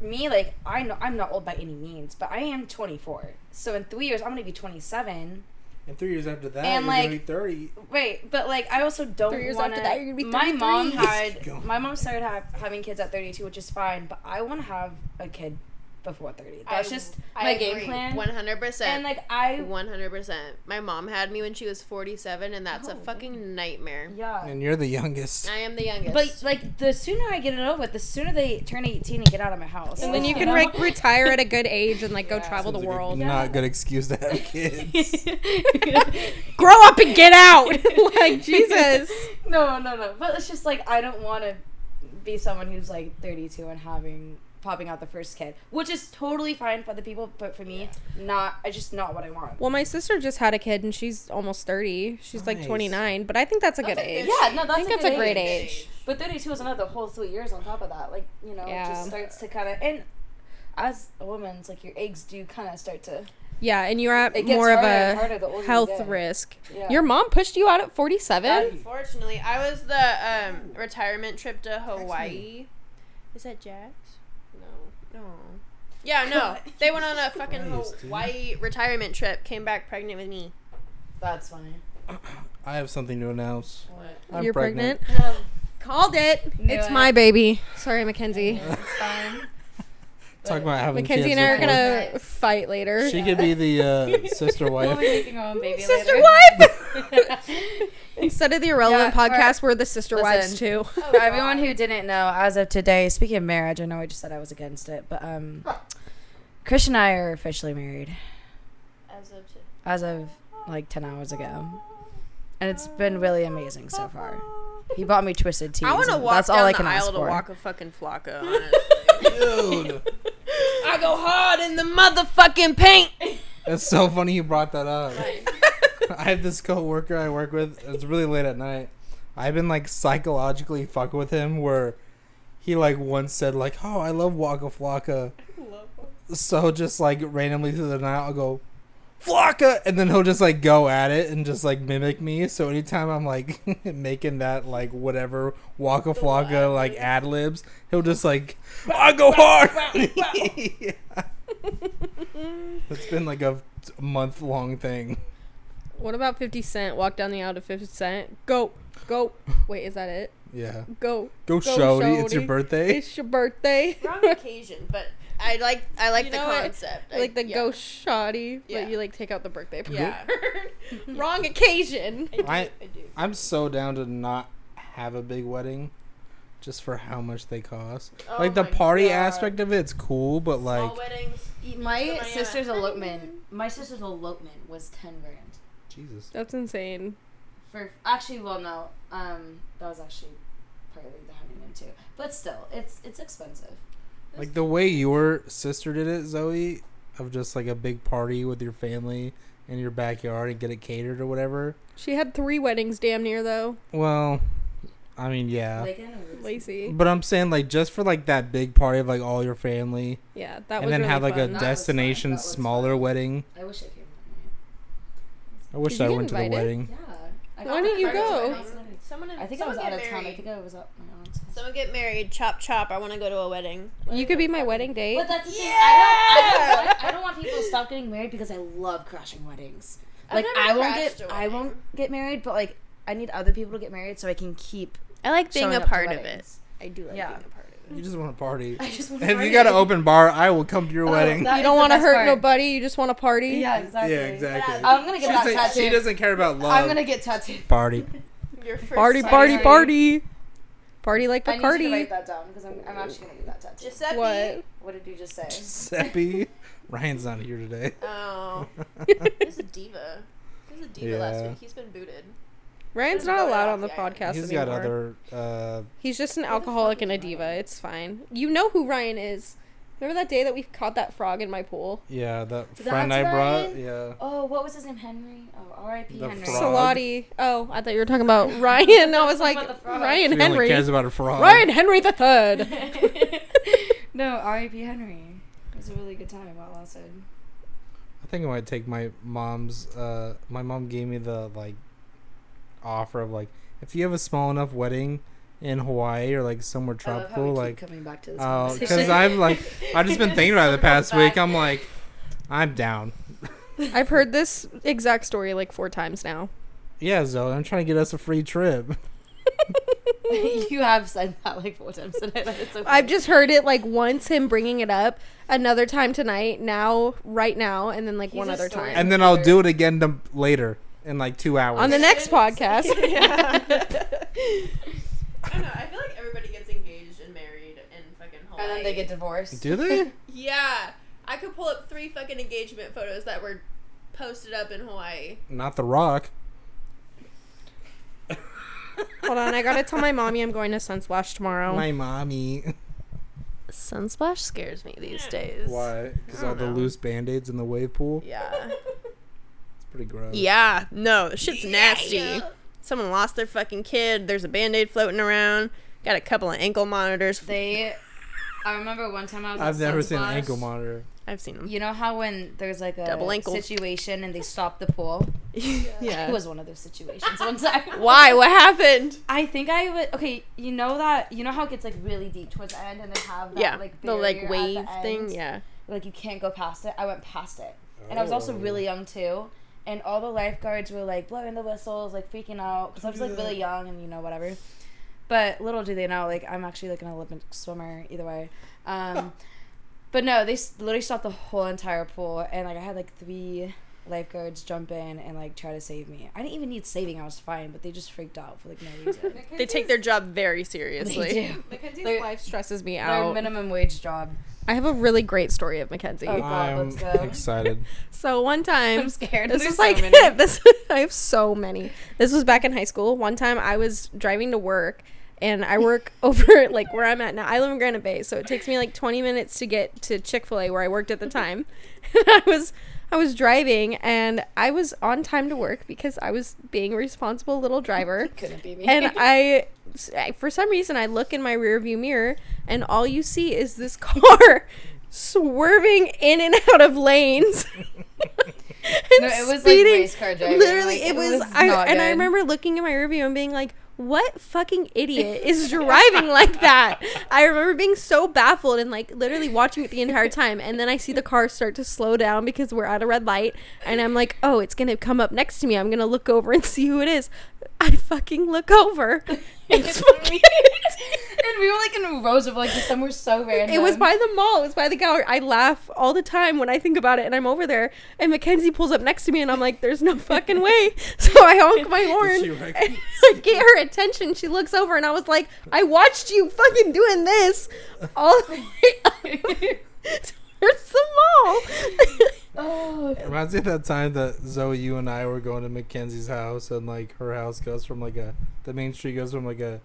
Speaker 3: me, like I know I'm not old by any means, but I am 24. So in three years, I'm gonna be 27.
Speaker 1: And three years after that,
Speaker 3: And,
Speaker 1: you're gonna
Speaker 3: like-
Speaker 1: be thirty.
Speaker 3: Wait, but like I also don't
Speaker 2: Three years
Speaker 3: wanna,
Speaker 2: after that, you're gonna be
Speaker 3: My mom
Speaker 2: 33.
Speaker 1: Go.
Speaker 3: had my mom started ha- having kids at 32, which is fine. But I want to have a kid before 30. That's just my game plan.
Speaker 4: One hundred
Speaker 3: and
Speaker 4: percent.
Speaker 3: like I,
Speaker 4: One hundred percent. My mom had me when she was forty-seven, and that's a
Speaker 3: Oh.
Speaker 4: fucking nightmare.
Speaker 3: yeah.
Speaker 1: And you're the youngest.
Speaker 4: I am the youngest.
Speaker 3: But like the sooner I get it over with, the sooner they turn 18 and get out of my house.
Speaker 2: And then you
Speaker 3: You
Speaker 2: can
Speaker 3: know?
Speaker 2: like retire at a good age and like go
Speaker 3: Yeah.
Speaker 2: travel the
Speaker 1: Sounds like a
Speaker 2: world.
Speaker 1: Not good excuse to have kids.
Speaker 2: Grow up and get out. like Jesus.
Speaker 3: No, no, no. But it's just like I don't want to be someone who's like 32 and having popping out the first kid, which is totally fine for the people, but for me, not. I just not what I want.
Speaker 2: Well, my sister just had a kid and she's almost 30. She's like
Speaker 1: Nice.
Speaker 2: 29, but I think that's a good
Speaker 4: That's a
Speaker 2: age.
Speaker 4: good-
Speaker 3: yeah, no, that's
Speaker 2: I think
Speaker 3: a
Speaker 2: that's
Speaker 3: good
Speaker 2: a great
Speaker 3: age.
Speaker 2: age.
Speaker 3: But 32 is another whole three years on top of that. Like you know, it
Speaker 2: Yeah.
Speaker 3: just starts to kind of and. As a woman, it's like your eggs do kind of start to.
Speaker 2: Yeah, and you're at
Speaker 3: It gets
Speaker 2: more of
Speaker 3: harder and harder the older
Speaker 2: a
Speaker 3: you
Speaker 2: health
Speaker 3: get.
Speaker 2: risk.
Speaker 3: Yeah.
Speaker 2: Your mom pushed you out at 47?
Speaker 4: Unfortunately, I was the um, retirement trip to Hawaii. Is that Jax? Oh. No. No. Yeah, no. They went on a fucking
Speaker 1: Christ, dude.
Speaker 4: Hawaii retirement trip, came back pregnant with me.
Speaker 3: That's funny.
Speaker 1: I have something to announce.
Speaker 3: What?
Speaker 1: I'm
Speaker 2: you're pregnant.
Speaker 3: Um,
Speaker 2: Called it.
Speaker 3: Knew
Speaker 2: it's
Speaker 3: it.
Speaker 2: my baby. Sorry, Mackenzie.
Speaker 3: it's fine.
Speaker 1: Talk about having
Speaker 2: Mackenzie
Speaker 1: kids.
Speaker 2: and I are
Speaker 1: before-
Speaker 2: gonna
Speaker 3: Nice.
Speaker 2: fight later.
Speaker 1: She could be the uh, sister
Speaker 3: We'll be
Speaker 1: wife.
Speaker 3: making our own baby
Speaker 2: sister
Speaker 3: later. Oh,
Speaker 2: wife. Instead of the irrelevant
Speaker 3: Yeah, or-
Speaker 2: podcast, we're the sister wives too.
Speaker 3: For everyone who didn't know, as of today, speaking of marriage, I know I just said I was against it, but um, Chris and I are officially married
Speaker 4: As of
Speaker 3: as of like ten hours ago, and it's been really amazing so far. He bought me twisted tea.
Speaker 4: I want to walk
Speaker 3: That's
Speaker 4: down
Speaker 3: all I
Speaker 4: the
Speaker 3: can ask
Speaker 4: aisle to
Speaker 3: for.
Speaker 4: walk a fucking flocco, honestly.
Speaker 1: Dude,
Speaker 4: I go hard in the motherfucking paint.
Speaker 1: that's so funny you brought that up. I have this coworker I work with. It's really late at night. I've been like psychologically fucking with him where he like once said like, "Oh, I love Waka Flocka." So just like randomly through the night, I'll go Flocka, and then he'll just like go at it and just like mimic me. So anytime I'm like making that like whatever Waka Flocka like ad libs, he'll just like I go hard. Yeah. It's been like a month long thing.
Speaker 2: What about 50 Cent? Walk down the aisle to 50 Cent. Go, go. Wait, is that it?
Speaker 1: Yeah.
Speaker 2: Go.
Speaker 1: Go,
Speaker 2: Go,
Speaker 1: shorty, It's your
Speaker 2: shorty.
Speaker 1: birthday.
Speaker 2: It's your birthday.
Speaker 4: Wrong occasion, but I like I like
Speaker 2: You
Speaker 4: the
Speaker 2: know what?
Speaker 4: concept. I-
Speaker 2: like the
Speaker 4: yeah.
Speaker 2: go shoddy, but
Speaker 4: Yeah.
Speaker 2: you like take out the birthday part.
Speaker 4: Yeah.
Speaker 2: Wrong occasion.
Speaker 4: I do.
Speaker 1: I-
Speaker 4: I do.
Speaker 1: I'm so down to not have a big wedding just for how much they cost.
Speaker 4: Oh
Speaker 1: like the
Speaker 4: my
Speaker 1: party
Speaker 4: God.
Speaker 1: aspect of it's cool, but like
Speaker 4: Small weddings.
Speaker 3: E, My
Speaker 4: Somebody
Speaker 3: sister's
Speaker 4: on a-
Speaker 3: elopement. My sister's elopement was ten grand.
Speaker 1: Jesus.
Speaker 2: That's insane.
Speaker 3: For actually, well, no, um, that was actually partly the honeymoon too. But still, it's it's expensive.
Speaker 1: Like the way your sister did it, Zoe, of just like a big party with your family in your backyard and get it catered or whatever.
Speaker 2: She had three weddings damn near though.
Speaker 1: Well, I mean, yeah.
Speaker 3: Like, I don't know, it's-
Speaker 2: Lacey.
Speaker 1: but I'm saying like just for like that big party of like all your family
Speaker 2: Yeah, that
Speaker 1: and
Speaker 2: was
Speaker 1: then
Speaker 2: really
Speaker 1: have like
Speaker 2: fun.
Speaker 1: a
Speaker 3: That was fun.
Speaker 1: destination
Speaker 3: That was
Speaker 1: smaller
Speaker 3: fun.
Speaker 1: wedding.
Speaker 3: I wish I came.
Speaker 1: I wish
Speaker 2: you
Speaker 1: I
Speaker 2: get
Speaker 1: went to the
Speaker 2: invited?
Speaker 1: wedding.
Speaker 3: Yeah.
Speaker 2: Why
Speaker 3: I got
Speaker 2: didn't
Speaker 3: the
Speaker 2: you
Speaker 3: cards
Speaker 2: go?
Speaker 3: when I was married.
Speaker 4: Someone.
Speaker 3: I think I
Speaker 4: someone
Speaker 3: was out
Speaker 4: get
Speaker 3: of town. I
Speaker 4: married.
Speaker 3: think I was at my aunt's. house.
Speaker 4: Someone get married. Chop chop. I want to go to a wedding.
Speaker 2: you could be my wedding date.
Speaker 3: But that's the thing. I don't, I, don't want, I don't want people to stop getting married because I love crashing weddings.
Speaker 4: I've
Speaker 3: Like
Speaker 4: never
Speaker 3: I won't
Speaker 4: crashed
Speaker 3: get
Speaker 4: a
Speaker 3: I
Speaker 4: wedding.
Speaker 3: won't get married, but like I need other people to get married so I can keep
Speaker 4: I like
Speaker 3: showing up to weddings.
Speaker 4: I do like
Speaker 3: Yeah.
Speaker 4: being a part of it.
Speaker 1: You just want to party.
Speaker 3: I just want to
Speaker 1: If you got an open bar, I will come to your
Speaker 3: Oh,
Speaker 1: wedding.
Speaker 2: you don't want to hurt nobody. You just want to party.
Speaker 3: Yeah, exactly.
Speaker 1: exactly.
Speaker 3: I'm gonna get that
Speaker 1: She doesn't-
Speaker 3: tattooed.
Speaker 1: she doesn't care about love.
Speaker 3: I'm gonna get tattooed.
Speaker 1: party.
Speaker 4: Your first
Speaker 2: Party,
Speaker 4: time.
Speaker 2: party,
Speaker 3: Sorry.
Speaker 2: party. Party like
Speaker 3: I need you to
Speaker 2: Bacardi.
Speaker 3: write that down because I'm, I'm actually gonna get that tattooed.
Speaker 4: Giuseppe.
Speaker 2: What?
Speaker 3: what did you just say?
Speaker 1: Seppi. Ryan's not here today.
Speaker 4: Oh, this is a diva. This is a diva last
Speaker 1: Yeah.
Speaker 4: week. He's been booted.
Speaker 2: Ryan's
Speaker 4: Just
Speaker 2: not
Speaker 4: vote
Speaker 2: allowed
Speaker 4: off
Speaker 2: on the
Speaker 4: the
Speaker 2: podcast
Speaker 4: island.
Speaker 1: He's
Speaker 2: anymore.
Speaker 1: got other. Uh,
Speaker 2: He's just an
Speaker 4: the
Speaker 2: alcoholic
Speaker 4: fuck
Speaker 2: and a
Speaker 4: is
Speaker 2: diva. It's fine. You know who Ryan is. Remember that day that we caught that frog in my pool?
Speaker 1: yeah, that
Speaker 3: That's
Speaker 1: friend I brought.
Speaker 3: Ryan?
Speaker 1: Yeah.
Speaker 3: Oh, what was his name? Henry. Oh, R.I.P.
Speaker 1: The
Speaker 3: Henry.
Speaker 1: frog.
Speaker 2: Salati. Oh, I thought you were talking about Ryan. I was like
Speaker 3: Talking about the frog.
Speaker 2: Ryan
Speaker 1: She only
Speaker 2: Henry.
Speaker 1: cares about a frog.
Speaker 2: Ryan Henry the Third.
Speaker 3: no, R.I.P. Henry. It was a really good time while outside.
Speaker 1: I think I might take my mom's. Uh, my mom gave me the like offer of like, if you have a small enough wedding, in Hawaii or like somewhere
Speaker 3: I love how
Speaker 1: tropical,
Speaker 3: we
Speaker 1: like
Speaker 3: keep coming back to this.
Speaker 1: Oh,
Speaker 3: conversation.
Speaker 1: because I've like I've just been thinking about it the past
Speaker 3: Circle
Speaker 1: week.
Speaker 3: back.
Speaker 1: I'm like, I'm down.
Speaker 2: I've heard this exact story like four times now.
Speaker 1: Yeah, Zoe, I'm trying to get us a free trip.
Speaker 3: you have said that like four times today. That it's okay.
Speaker 2: I've just heard it like once him bringing it up, another time tonight, now, right now, and then like
Speaker 3: He's
Speaker 2: one
Speaker 3: a
Speaker 2: other
Speaker 3: story.
Speaker 2: time.
Speaker 1: And then I'll do it again to, later in like two hours.
Speaker 2: On the next podcast.
Speaker 4: Yeah. I don't know. I feel like everybody gets engaged and married in fucking Hawaii.
Speaker 3: and then they get divorced.
Speaker 1: do they?
Speaker 4: Yeah, I could pull up three fucking engagement photos that were posted up in Hawaii.
Speaker 1: Not the Rock.
Speaker 2: Hold on, I gotta tell my mommy I'm going to Sunsplash tomorrow.
Speaker 1: My mommy.
Speaker 2: Sunsplash scares me these days.
Speaker 1: Why? Because
Speaker 2: I
Speaker 1: all
Speaker 2: don't
Speaker 1: the
Speaker 3: Uh-huh.
Speaker 2: know.
Speaker 1: loose band aids in the wave pool.
Speaker 2: Yeah. Ah,
Speaker 1: It's pretty gross.
Speaker 4: Yeah, no, the shit's nasty. Someone lost their fucking kid. There's a band aid floating around. Got a couple of ankle monitors.
Speaker 3: They. I remember one time I was.
Speaker 1: I've
Speaker 3: at
Speaker 1: never seen an
Speaker 3: Sunsplash.
Speaker 1: ankle monitor.
Speaker 2: I've seen them.
Speaker 3: You know how when there's like a
Speaker 2: Double ankle.
Speaker 3: situation and they stop the pool? It
Speaker 2: Yeah.
Speaker 3: was one of those situations one time.
Speaker 2: Why? What happened?
Speaker 3: I think I was okay. You know that you know how it gets like really deep towards the end, and they have that,
Speaker 2: yeah.
Speaker 3: like
Speaker 2: the like
Speaker 3: barrier
Speaker 2: wave
Speaker 3: at the
Speaker 2: thing.
Speaker 3: end?
Speaker 2: Yeah.
Speaker 3: like you can't go past it. I went past it, and I was also
Speaker 1: Oh.
Speaker 3: really young too. And all the lifeguards were like blowing the whistles, like freaking out, because I was like really young and you know whatever. But little do they know, like I'm actually like an Olympic swimmer either way. Um, but no, they s- literally stopped the whole entire pool, and like I had like three lifeguards jump in and like try to save me. I didn't even need saving; I was fine. But they just freaked out for like no reason.
Speaker 2: They take their job very seriously.
Speaker 3: they do.
Speaker 4: Mackenzie's
Speaker 3: They're-
Speaker 4: life
Speaker 2: Stresses me
Speaker 3: Their
Speaker 2: out.
Speaker 3: minimum wage job.
Speaker 2: I have a really great story of Mackenzie.
Speaker 3: Oh, God,
Speaker 1: I'm
Speaker 3: let's go.
Speaker 1: excited.
Speaker 2: So one
Speaker 3: I'm
Speaker 2: time,
Speaker 3: scared.
Speaker 2: this
Speaker 3: There's
Speaker 2: is like
Speaker 3: so many.
Speaker 2: this. I have so many. This was back in high school. One time, I was driving to work, and I work over like where I'm at now. I live in Granite Bay, so it takes me like 20 minutes to get to Chick Fil A where I worked at the time. And I was I was driving, and I was on time to work because I was being a responsible little driver.
Speaker 3: Couldn't be me.
Speaker 2: and I, I- for some reason, I look in my rearview mirror, and all you see is this car swerving in and out of lanes.
Speaker 3: No, it was like race car driving,
Speaker 2: Literally,
Speaker 3: like,
Speaker 2: it
Speaker 3: it
Speaker 2: was.
Speaker 3: was
Speaker 2: I,
Speaker 3: not
Speaker 2: and I
Speaker 3: good.
Speaker 2: remember looking in my rearview and being like. What fucking idiot is driving like that? I remember being so baffled and like literally watching it the entire time. And then I see the car start to slow down because we're at a red light. And I'm like, oh, it's going to come up next to me. I'm going to look over and see who it is. I fucking look over. It's fucking.
Speaker 3: and we were like in rows of like just somewhere so random.
Speaker 2: It was by the mall. It was by the gallery. I laugh all the time when I think about it, and I'm over there, and Mackenzie pulls up next to me, and I'm like, "There's no fucking way!" So I honk my horn,
Speaker 1: she
Speaker 2: and
Speaker 1: recognize
Speaker 2: I get her attention. She looks over, and I was like, "I watched you fucking doing this all the way up towards the mall."
Speaker 3: Oh,
Speaker 1: Reminds me of that time that Zoe, you and I were going to Mackenzie's house, and like her house goes from like a the main street goes from like a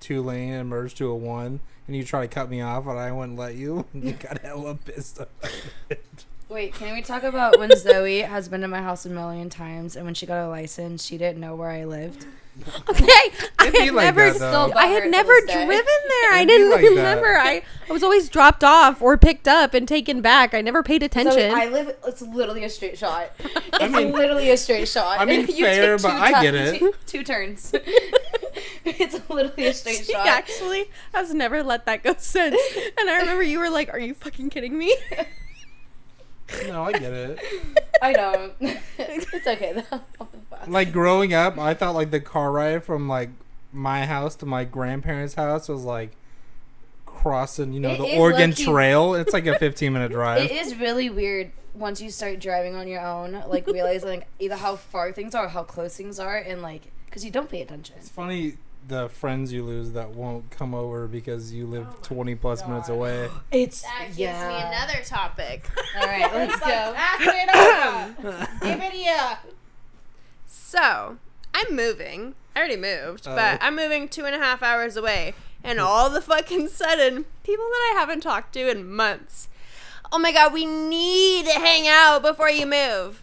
Speaker 1: two lane and merged to a one, and you try to cut me off, and I wouldn't let you. And you got hella pissed off.
Speaker 3: wait, can we talk about when Zoe has been to my house a million times, and when she got a license, she didn't know where I lived.
Speaker 2: okay, I
Speaker 1: It'd be
Speaker 2: had
Speaker 1: like
Speaker 2: never.
Speaker 1: that,
Speaker 3: still
Speaker 1: though.
Speaker 2: I had
Speaker 3: Bummer
Speaker 2: never
Speaker 3: to this
Speaker 2: driven
Speaker 3: day.
Speaker 2: there. I
Speaker 1: It'd be
Speaker 2: didn't
Speaker 1: like that.
Speaker 2: remember. I, I was always dropped off or picked up and taken back. I never paid attention.
Speaker 3: Zoe, I live. It's literally a straight shot. It's
Speaker 1: mean-
Speaker 3: literally a straight shot.
Speaker 1: I mean,
Speaker 3: You take
Speaker 1: fair,
Speaker 3: two
Speaker 1: but I
Speaker 3: tu-
Speaker 1: get it.
Speaker 3: Two, two turns. it's literally a straight
Speaker 2: she
Speaker 3: shot.
Speaker 2: actually has never let that go since. And I remember you were like, "Are you fucking kidding me?"
Speaker 1: No, I get it.
Speaker 3: I know. it's okay though.
Speaker 1: Like growing up, I thought like the car ride from like my house to my grandparents' house was like crossing, you know,
Speaker 3: It
Speaker 1: the
Speaker 3: is
Speaker 1: Oregon
Speaker 3: low-key-
Speaker 1: Trail. It's like a 15 minute
Speaker 3: It
Speaker 1: drive.
Speaker 3: is really weird once you start driving on your own, like realizing like, either how far things are or how close things are, and like because you don't pay attention.
Speaker 1: It's funny the friends you lose that won't come over because you live 20 plus minutes away.
Speaker 3: It's
Speaker 4: That gives me another topic.
Speaker 3: All right, let's go.
Speaker 4: So, I'm moving. I already moved,
Speaker 1: Oh.
Speaker 4: but I'm moving two and a half hours away. And all the fucking sudden, people that I haven't talked to in months. Oh my god, we need to hang out before you move.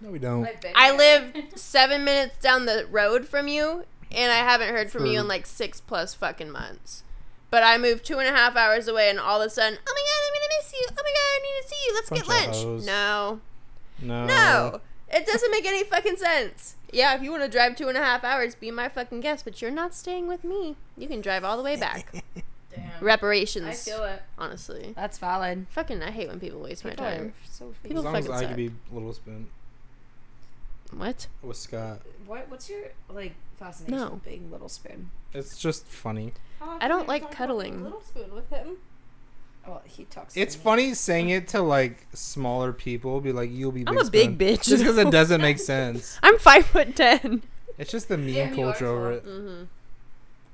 Speaker 1: No, we don't.
Speaker 4: I live seven minutes down the road from you, and I haven't heard from you
Speaker 1: True.
Speaker 4: in like six plus fucking months. But I moved two and a half hours away, and all of a sudden, oh my god, I'm gonna miss you. Oh my god, I need
Speaker 1: Bunch of
Speaker 4: to see you. Let's get
Speaker 1: hoes.
Speaker 4: lunch. No,
Speaker 1: No.
Speaker 4: no.
Speaker 5: It doesn't make any fucking sense. Yeah, if you want to drive two and a half hours, be my fucking guest, but you're not staying with me. You can drive all the way back.
Speaker 3: Damn.
Speaker 5: Reparations.
Speaker 3: I feel it.
Speaker 5: Honestly.
Speaker 3: That's valid.
Speaker 5: Fucking, I hate when people waste
Speaker 3: People
Speaker 5: my
Speaker 3: are
Speaker 5: time.
Speaker 3: so
Speaker 1: As
Speaker 5: People
Speaker 1: long as
Speaker 5: fucking
Speaker 1: I
Speaker 5: suck.
Speaker 1: could be Little Spoon
Speaker 5: What?
Speaker 1: with Scott,
Speaker 3: What what's your like fascination
Speaker 5: No.
Speaker 3: with being little spoon?
Speaker 1: it's just funny.
Speaker 4: Oh,
Speaker 5: I don't like cuddling.
Speaker 4: Little spoon with him.
Speaker 3: Oh, Well, he talks.
Speaker 1: It's funny saying it to like smaller people. Be like, you'll be.
Speaker 5: I'm
Speaker 1: Big
Speaker 5: a big
Speaker 1: Spoon,"
Speaker 5: bitch.
Speaker 1: Just because it doesn't make sense.
Speaker 5: I'm five foot ten.
Speaker 1: It's just the meme
Speaker 4: Damn, you are
Speaker 1: culture over it.
Speaker 5: Mm-hmm.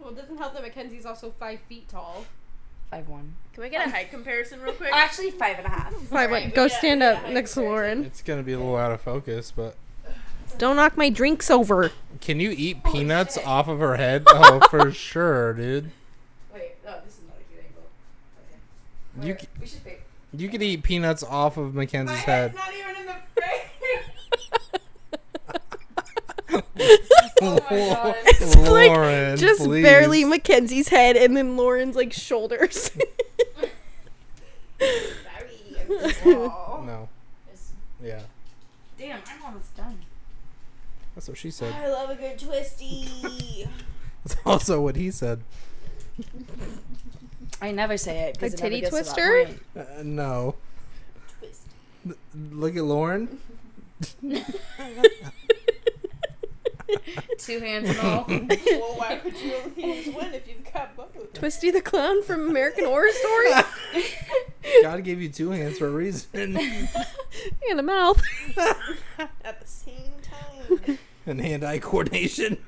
Speaker 4: Well, it doesn't help that Mackenzie's also five feet tall.
Speaker 3: five one.
Speaker 4: Can we get a height comparison real quick?
Speaker 3: Oh, Actually, five and a half.
Speaker 2: Five,
Speaker 4: Right,
Speaker 2: go
Speaker 4: yeah,
Speaker 2: stand
Speaker 4: yeah,
Speaker 2: up
Speaker 4: I
Speaker 2: next to
Speaker 4: agree.
Speaker 2: Lauren.
Speaker 1: It's gonna be a little out of focus, but
Speaker 2: Don't knock my drinks over.
Speaker 1: can you eat
Speaker 4: Holy
Speaker 1: peanuts
Speaker 4: shit.
Speaker 1: off of her head? Oh, for sure, dude.
Speaker 3: Wait,
Speaker 4: Oh,
Speaker 3: no, this is not a cute angle.
Speaker 1: You c-
Speaker 3: We should pick.
Speaker 1: you could eat peanuts off of Mackenzie's
Speaker 4: My
Speaker 1: head.
Speaker 4: head's not even in the frame.
Speaker 3: God.
Speaker 2: It's like,
Speaker 1: Lauren,
Speaker 2: Just
Speaker 1: please.
Speaker 2: barely Mackenzie's head and then Lauren's like shoulders.
Speaker 1: no. Yeah,
Speaker 3: Damn, I'm almost done.
Speaker 1: that's what she said.
Speaker 4: I love a good twisty.
Speaker 1: That's also what he said.
Speaker 3: I never say it.
Speaker 2: A
Speaker 3: 'cause it never
Speaker 2: titty
Speaker 3: gets to that
Speaker 2: twister?
Speaker 3: point.
Speaker 1: Uh, no.
Speaker 4: Twist.
Speaker 1: L- Look at Lauren.
Speaker 3: Two hands and all.
Speaker 4: well, why would you only use one if you've got both?
Speaker 2: Twisty the Clown from American Horror Story
Speaker 1: God gave you two hands for a reason.
Speaker 2: and a mouth.
Speaker 4: At the same time.
Speaker 1: and hand-eye coordination.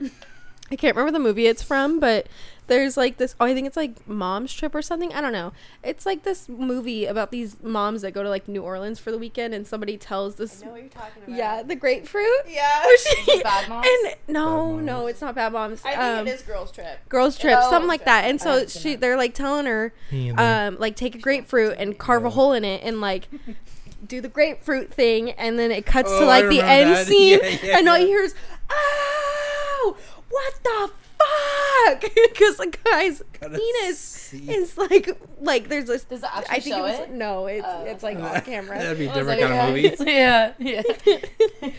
Speaker 2: I can't remember the movie it's from, but there's like this. Oh, I think it's like Mom's Trip or something. I don't know. It's like this movie about these moms that go to like New Orleans for the weekend, and somebody tells
Speaker 4: I
Speaker 2: this.
Speaker 4: know what you're talking about.
Speaker 2: Yeah, the grapefruit.
Speaker 4: Yeah.
Speaker 5: Oh,
Speaker 2: Where she-
Speaker 3: Bad moms?
Speaker 2: And no,
Speaker 1: Bad
Speaker 2: no,
Speaker 1: moms.
Speaker 2: it's not bad moms.
Speaker 4: I think
Speaker 2: um,
Speaker 4: it is girls' trip.
Speaker 2: Girls trip,
Speaker 4: Oh,
Speaker 2: something like
Speaker 4: okay.
Speaker 2: that, and
Speaker 3: I
Speaker 2: so
Speaker 3: haven't seen
Speaker 2: she,
Speaker 3: that.
Speaker 2: they're like telling her,
Speaker 1: Uh,
Speaker 2: um, like take a grapefruit and carve a
Speaker 1: Mm-hmm. Yeah.
Speaker 2: hole in it and like do the grapefruit thing, and then it cuts
Speaker 1: Oh,
Speaker 2: to
Speaker 1: I
Speaker 2: like the
Speaker 1: remember
Speaker 2: end
Speaker 1: that.
Speaker 2: scene,
Speaker 1: Yeah, yeah,
Speaker 2: and all
Speaker 1: yeah.
Speaker 2: you hear is, "Oh, what the fuck?" Because the guy's
Speaker 1: Gotta
Speaker 2: penis
Speaker 1: see.
Speaker 2: is like, like there's this.
Speaker 3: Does it actually
Speaker 2: I think
Speaker 3: show
Speaker 2: was
Speaker 3: it?
Speaker 2: no, it's
Speaker 3: Oh.
Speaker 2: it's like off camera.
Speaker 1: That'd be a
Speaker 3: I was
Speaker 1: different
Speaker 3: like,
Speaker 1: kind of movie.
Speaker 3: yeah. yeah, yeah.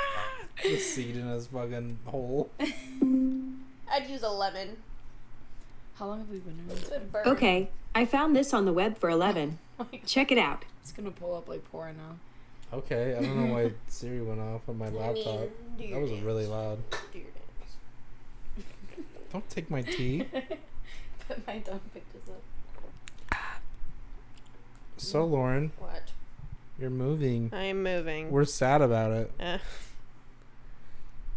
Speaker 1: the seed in his fucking hole.
Speaker 4: I'd use a lemon.
Speaker 3: How long have we been doing this?
Speaker 6: Okay, I found this on the web for 11. Check it out.
Speaker 3: It's gonna pull up like porn now.
Speaker 1: Okay, I don't know why Siri went off on my
Speaker 4: I mean,
Speaker 1: laptop.
Speaker 4: do
Speaker 1: That
Speaker 4: your
Speaker 1: was
Speaker 4: dance.
Speaker 1: really loud.
Speaker 4: Do your dance.
Speaker 1: Don't take my tea.
Speaker 3: Put my dumb pictures up.
Speaker 1: So Lauren,
Speaker 4: What?
Speaker 1: you're moving.
Speaker 4: I'm moving.
Speaker 1: We're sad about it.
Speaker 4: Eh.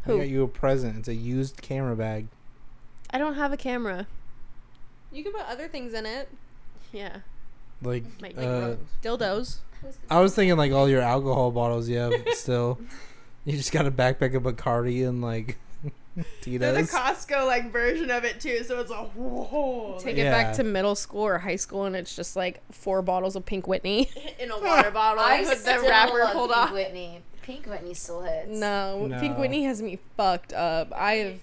Speaker 1: I
Speaker 2: Who?
Speaker 1: got you a present. It's a used camera bag.
Speaker 2: I don't have a camera. You can put other things in it.
Speaker 5: Yeah.
Speaker 1: Like,
Speaker 5: Like- like
Speaker 1: uh,
Speaker 2: Dildos.
Speaker 1: I was thinking like all your alcohol bottles you have still. You just got a backpack of Bacardi and like
Speaker 4: They're the
Speaker 1: Tito's.
Speaker 4: Costco like version of it too, so it's a whoa
Speaker 2: Take
Speaker 1: Yeah.
Speaker 2: it back to middle school or high school, and it's just like four bottles of Pink Whitney.
Speaker 4: in a water bottle with the
Speaker 3: still
Speaker 4: wrapper
Speaker 3: love
Speaker 4: pulled
Speaker 3: Pink
Speaker 4: off.
Speaker 3: Whitney. Pink Whitney still hits.
Speaker 2: No, Pink
Speaker 1: No.
Speaker 2: Whitney has me fucked up. I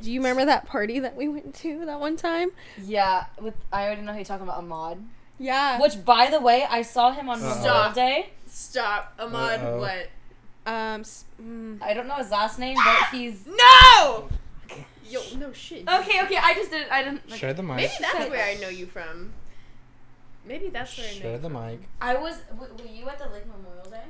Speaker 2: do you remember that party that we went to that one time?
Speaker 3: Yeah, with I already know who you're talking about, Ahmad.
Speaker 2: Yeah.
Speaker 3: Which, by the way, I saw him on
Speaker 1: Uh-oh.
Speaker 3: Memorial Day.
Speaker 4: Stop, Ahmad.
Speaker 1: Uh-oh.
Speaker 4: What?
Speaker 2: Um. s- mm.
Speaker 3: I don't know his last name, but he's
Speaker 4: No. Yo, no shit.
Speaker 3: okay. Okay, I just didn't. I didn't.
Speaker 1: Share the mic.
Speaker 4: Maybe that's where I know you from. Maybe that's where I know.
Speaker 1: Share
Speaker 4: you
Speaker 1: the
Speaker 4: from.
Speaker 1: mic.
Speaker 3: I was. W- were you at the Lake Memorial Day?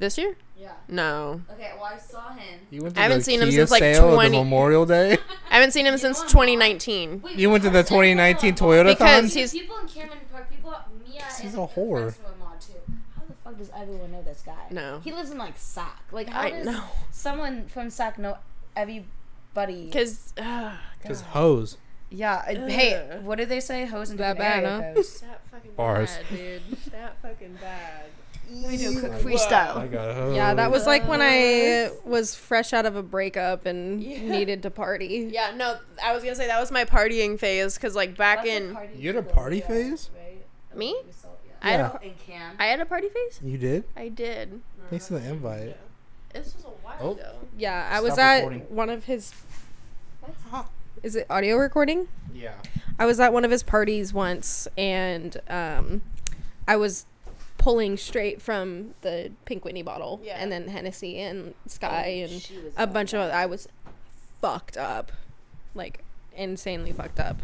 Speaker 5: This year?
Speaker 3: Yeah.
Speaker 5: No.
Speaker 3: Okay. Well, I saw him.
Speaker 1: You went to
Speaker 5: I haven't
Speaker 1: the
Speaker 5: seen him
Speaker 1: Kia
Speaker 5: since, like,
Speaker 1: sale of
Speaker 5: 20
Speaker 1: the Memorial Day.
Speaker 5: I haven't seen him since 2019.
Speaker 6: Wait,
Speaker 1: You went to the
Speaker 6: where's
Speaker 1: 2019
Speaker 6: everyone
Speaker 1: Toyota
Speaker 5: Because
Speaker 6: else?
Speaker 5: he's
Speaker 6: People in Cameron Park, people, Mia
Speaker 1: he's
Speaker 6: and
Speaker 1: a whore.
Speaker 6: friends from Ahmad, too.
Speaker 3: How the fuck does everyone know this guy?
Speaker 5: No.
Speaker 3: He lives in like Sac. Like how
Speaker 5: I
Speaker 3: does
Speaker 5: know.
Speaker 3: someone from Sac know everybody?
Speaker 5: Because uh,
Speaker 1: Cause hoes.
Speaker 3: Yeah. I- Hey, what do they say? Hose and
Speaker 2: That
Speaker 3: different
Speaker 2: bad,
Speaker 3: area
Speaker 2: huh?
Speaker 3: codes.
Speaker 4: That fucking
Speaker 1: Bars.
Speaker 4: bad, dude. That fucking bad.
Speaker 3: Let me do a quick
Speaker 1: Like,
Speaker 3: freestyle.
Speaker 1: I got hoes.
Speaker 2: Yeah, that was like when I was fresh out of a breakup and
Speaker 4: Yeah.
Speaker 2: needed to party.
Speaker 5: yeah, no, I was gonna say that was my partying phase. Cause like back in
Speaker 1: You had a party phase?
Speaker 5: me,
Speaker 1: Yeah.
Speaker 5: I had a,
Speaker 3: In Cam.
Speaker 5: I had a party phase.
Speaker 1: You did?
Speaker 5: I did.
Speaker 1: Thanks for the invite.
Speaker 5: This was a while
Speaker 1: Oh.
Speaker 5: ago.
Speaker 2: Yeah, I
Speaker 1: Stop
Speaker 2: was at
Speaker 1: recording.
Speaker 2: one of his. Is it audio recording?
Speaker 1: Yeah.
Speaker 2: I was at one of his parties once, and um, I was pulling straight from the Pink Whitney bottle,
Speaker 4: Yeah.
Speaker 2: and then Hennessy and Sky and
Speaker 3: Oh, She was
Speaker 2: a bunch of. I was fucked up, like insanely fucked up.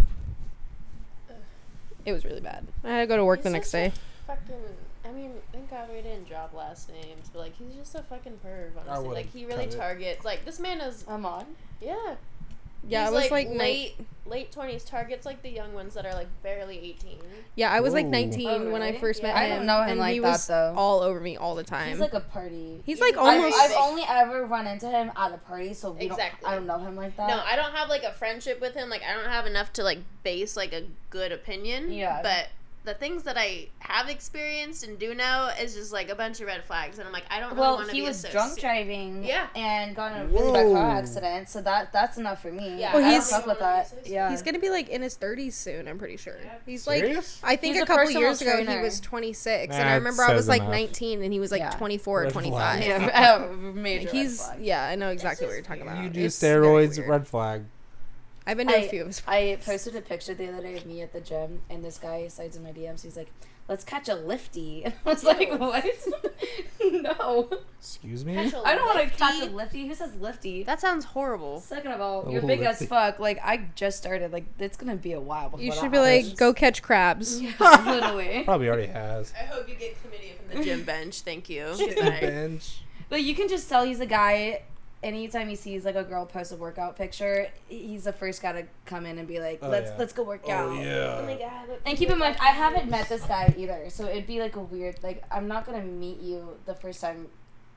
Speaker 2: It was really bad. I had to go to work the
Speaker 4: He's
Speaker 2: next
Speaker 4: such a
Speaker 2: day.
Speaker 4: Fucking. I mean, thank God we didn't drop last names, but like he's just a fucking perv. Honestly, like
Speaker 1: wouldn't
Speaker 4: he really
Speaker 1: cut it.
Speaker 4: targets. Like this man is.
Speaker 3: I'm on.
Speaker 4: Yeah.
Speaker 2: Yeah,
Speaker 4: he's,
Speaker 2: I was like,
Speaker 4: like,
Speaker 2: ni-
Speaker 4: late late twenties. Targets like the young ones that are like barely eighteen.
Speaker 2: yeah, I was like
Speaker 1: Ooh.
Speaker 2: 19
Speaker 4: Oh,
Speaker 2: when I
Speaker 4: really?
Speaker 2: first
Speaker 4: Yeah.
Speaker 2: met
Speaker 4: I
Speaker 2: him.
Speaker 4: don't
Speaker 3: know him
Speaker 2: and
Speaker 3: like
Speaker 2: he
Speaker 3: that,
Speaker 2: was
Speaker 3: though.
Speaker 2: all over me all the time.
Speaker 3: He's like a party.
Speaker 2: He's like
Speaker 4: I've-
Speaker 2: almost.
Speaker 3: I've, I've only ever run into him at a party, so we
Speaker 4: Exactly.
Speaker 3: don't. I don't know him like that.
Speaker 4: No, I don't have like a friendship with him. Like I don't have enough to like base like a good opinion.
Speaker 3: Yeah.
Speaker 4: But the things that I have experienced and do know is just like a bunch of red flags, and I'm like, I don't. really
Speaker 3: well,
Speaker 4: wanna
Speaker 3: he
Speaker 4: be
Speaker 3: was
Speaker 4: associ-
Speaker 3: drunk driving.
Speaker 4: Yeah.
Speaker 3: And got in a really bad
Speaker 1: Whoa.
Speaker 3: car accident, so that that's enough for me.
Speaker 4: Yeah,
Speaker 2: Well,
Speaker 3: I
Speaker 2: he's-
Speaker 3: don't fuck with that. Yeah.
Speaker 2: He's gonna be like in his 30s soon. I'm pretty sure. He's
Speaker 1: Serious?
Speaker 2: like, I think
Speaker 3: He's
Speaker 2: a
Speaker 3: a
Speaker 2: couple
Speaker 3: personal
Speaker 2: years ago he
Speaker 3: trainer.
Speaker 2: was 26, and
Speaker 1: That
Speaker 2: I remember I
Speaker 1: says
Speaker 2: was like
Speaker 1: enough.
Speaker 2: 19, and he was like
Speaker 3: Yeah.
Speaker 2: 24 or
Speaker 1: Red
Speaker 2: 25.
Speaker 1: flag.
Speaker 3: yeah, major
Speaker 2: Like
Speaker 3: red
Speaker 2: he's
Speaker 3: flag.
Speaker 2: yeah, I know exactly what you're
Speaker 4: just
Speaker 2: talking about.
Speaker 1: You do
Speaker 2: It's very
Speaker 1: steroids,
Speaker 2: weird.
Speaker 1: red flag.
Speaker 2: I've been to a few of his.
Speaker 3: I posted a picture the other day of me at the gym, and this guy slides in my DMs. He's like, "Let's catch a lifty." And I was like, "What? no,
Speaker 1: Excuse me.
Speaker 3: I don't want to catch a lifty. Who says lifty?
Speaker 5: That sounds horrible.
Speaker 3: Second of all,
Speaker 1: A
Speaker 3: you're
Speaker 1: little
Speaker 3: big as
Speaker 1: Oh, lifty.
Speaker 3: fuck. Like I just started. Like it's gonna be a while before
Speaker 2: You
Speaker 3: that
Speaker 2: should be
Speaker 3: happens.
Speaker 2: like, go catch crabs.
Speaker 3: Yeah, literally.
Speaker 1: Probably already has.
Speaker 4: I hope you get chlamydia from the gym bench. Thank you. Goodbye.
Speaker 1: Bench.
Speaker 3: But you can just tell he's a guy. Anytime he sees like a girl post a workout picture, he's the first guy to come in and be like,
Speaker 1: Oh,
Speaker 3: "Let's
Speaker 1: yeah.
Speaker 3: let's go work out."
Speaker 1: Oh yeah.
Speaker 3: And keep in mind, I haven't met this guy either, so it'd be like a weird like I'm not gonna meet you the first time.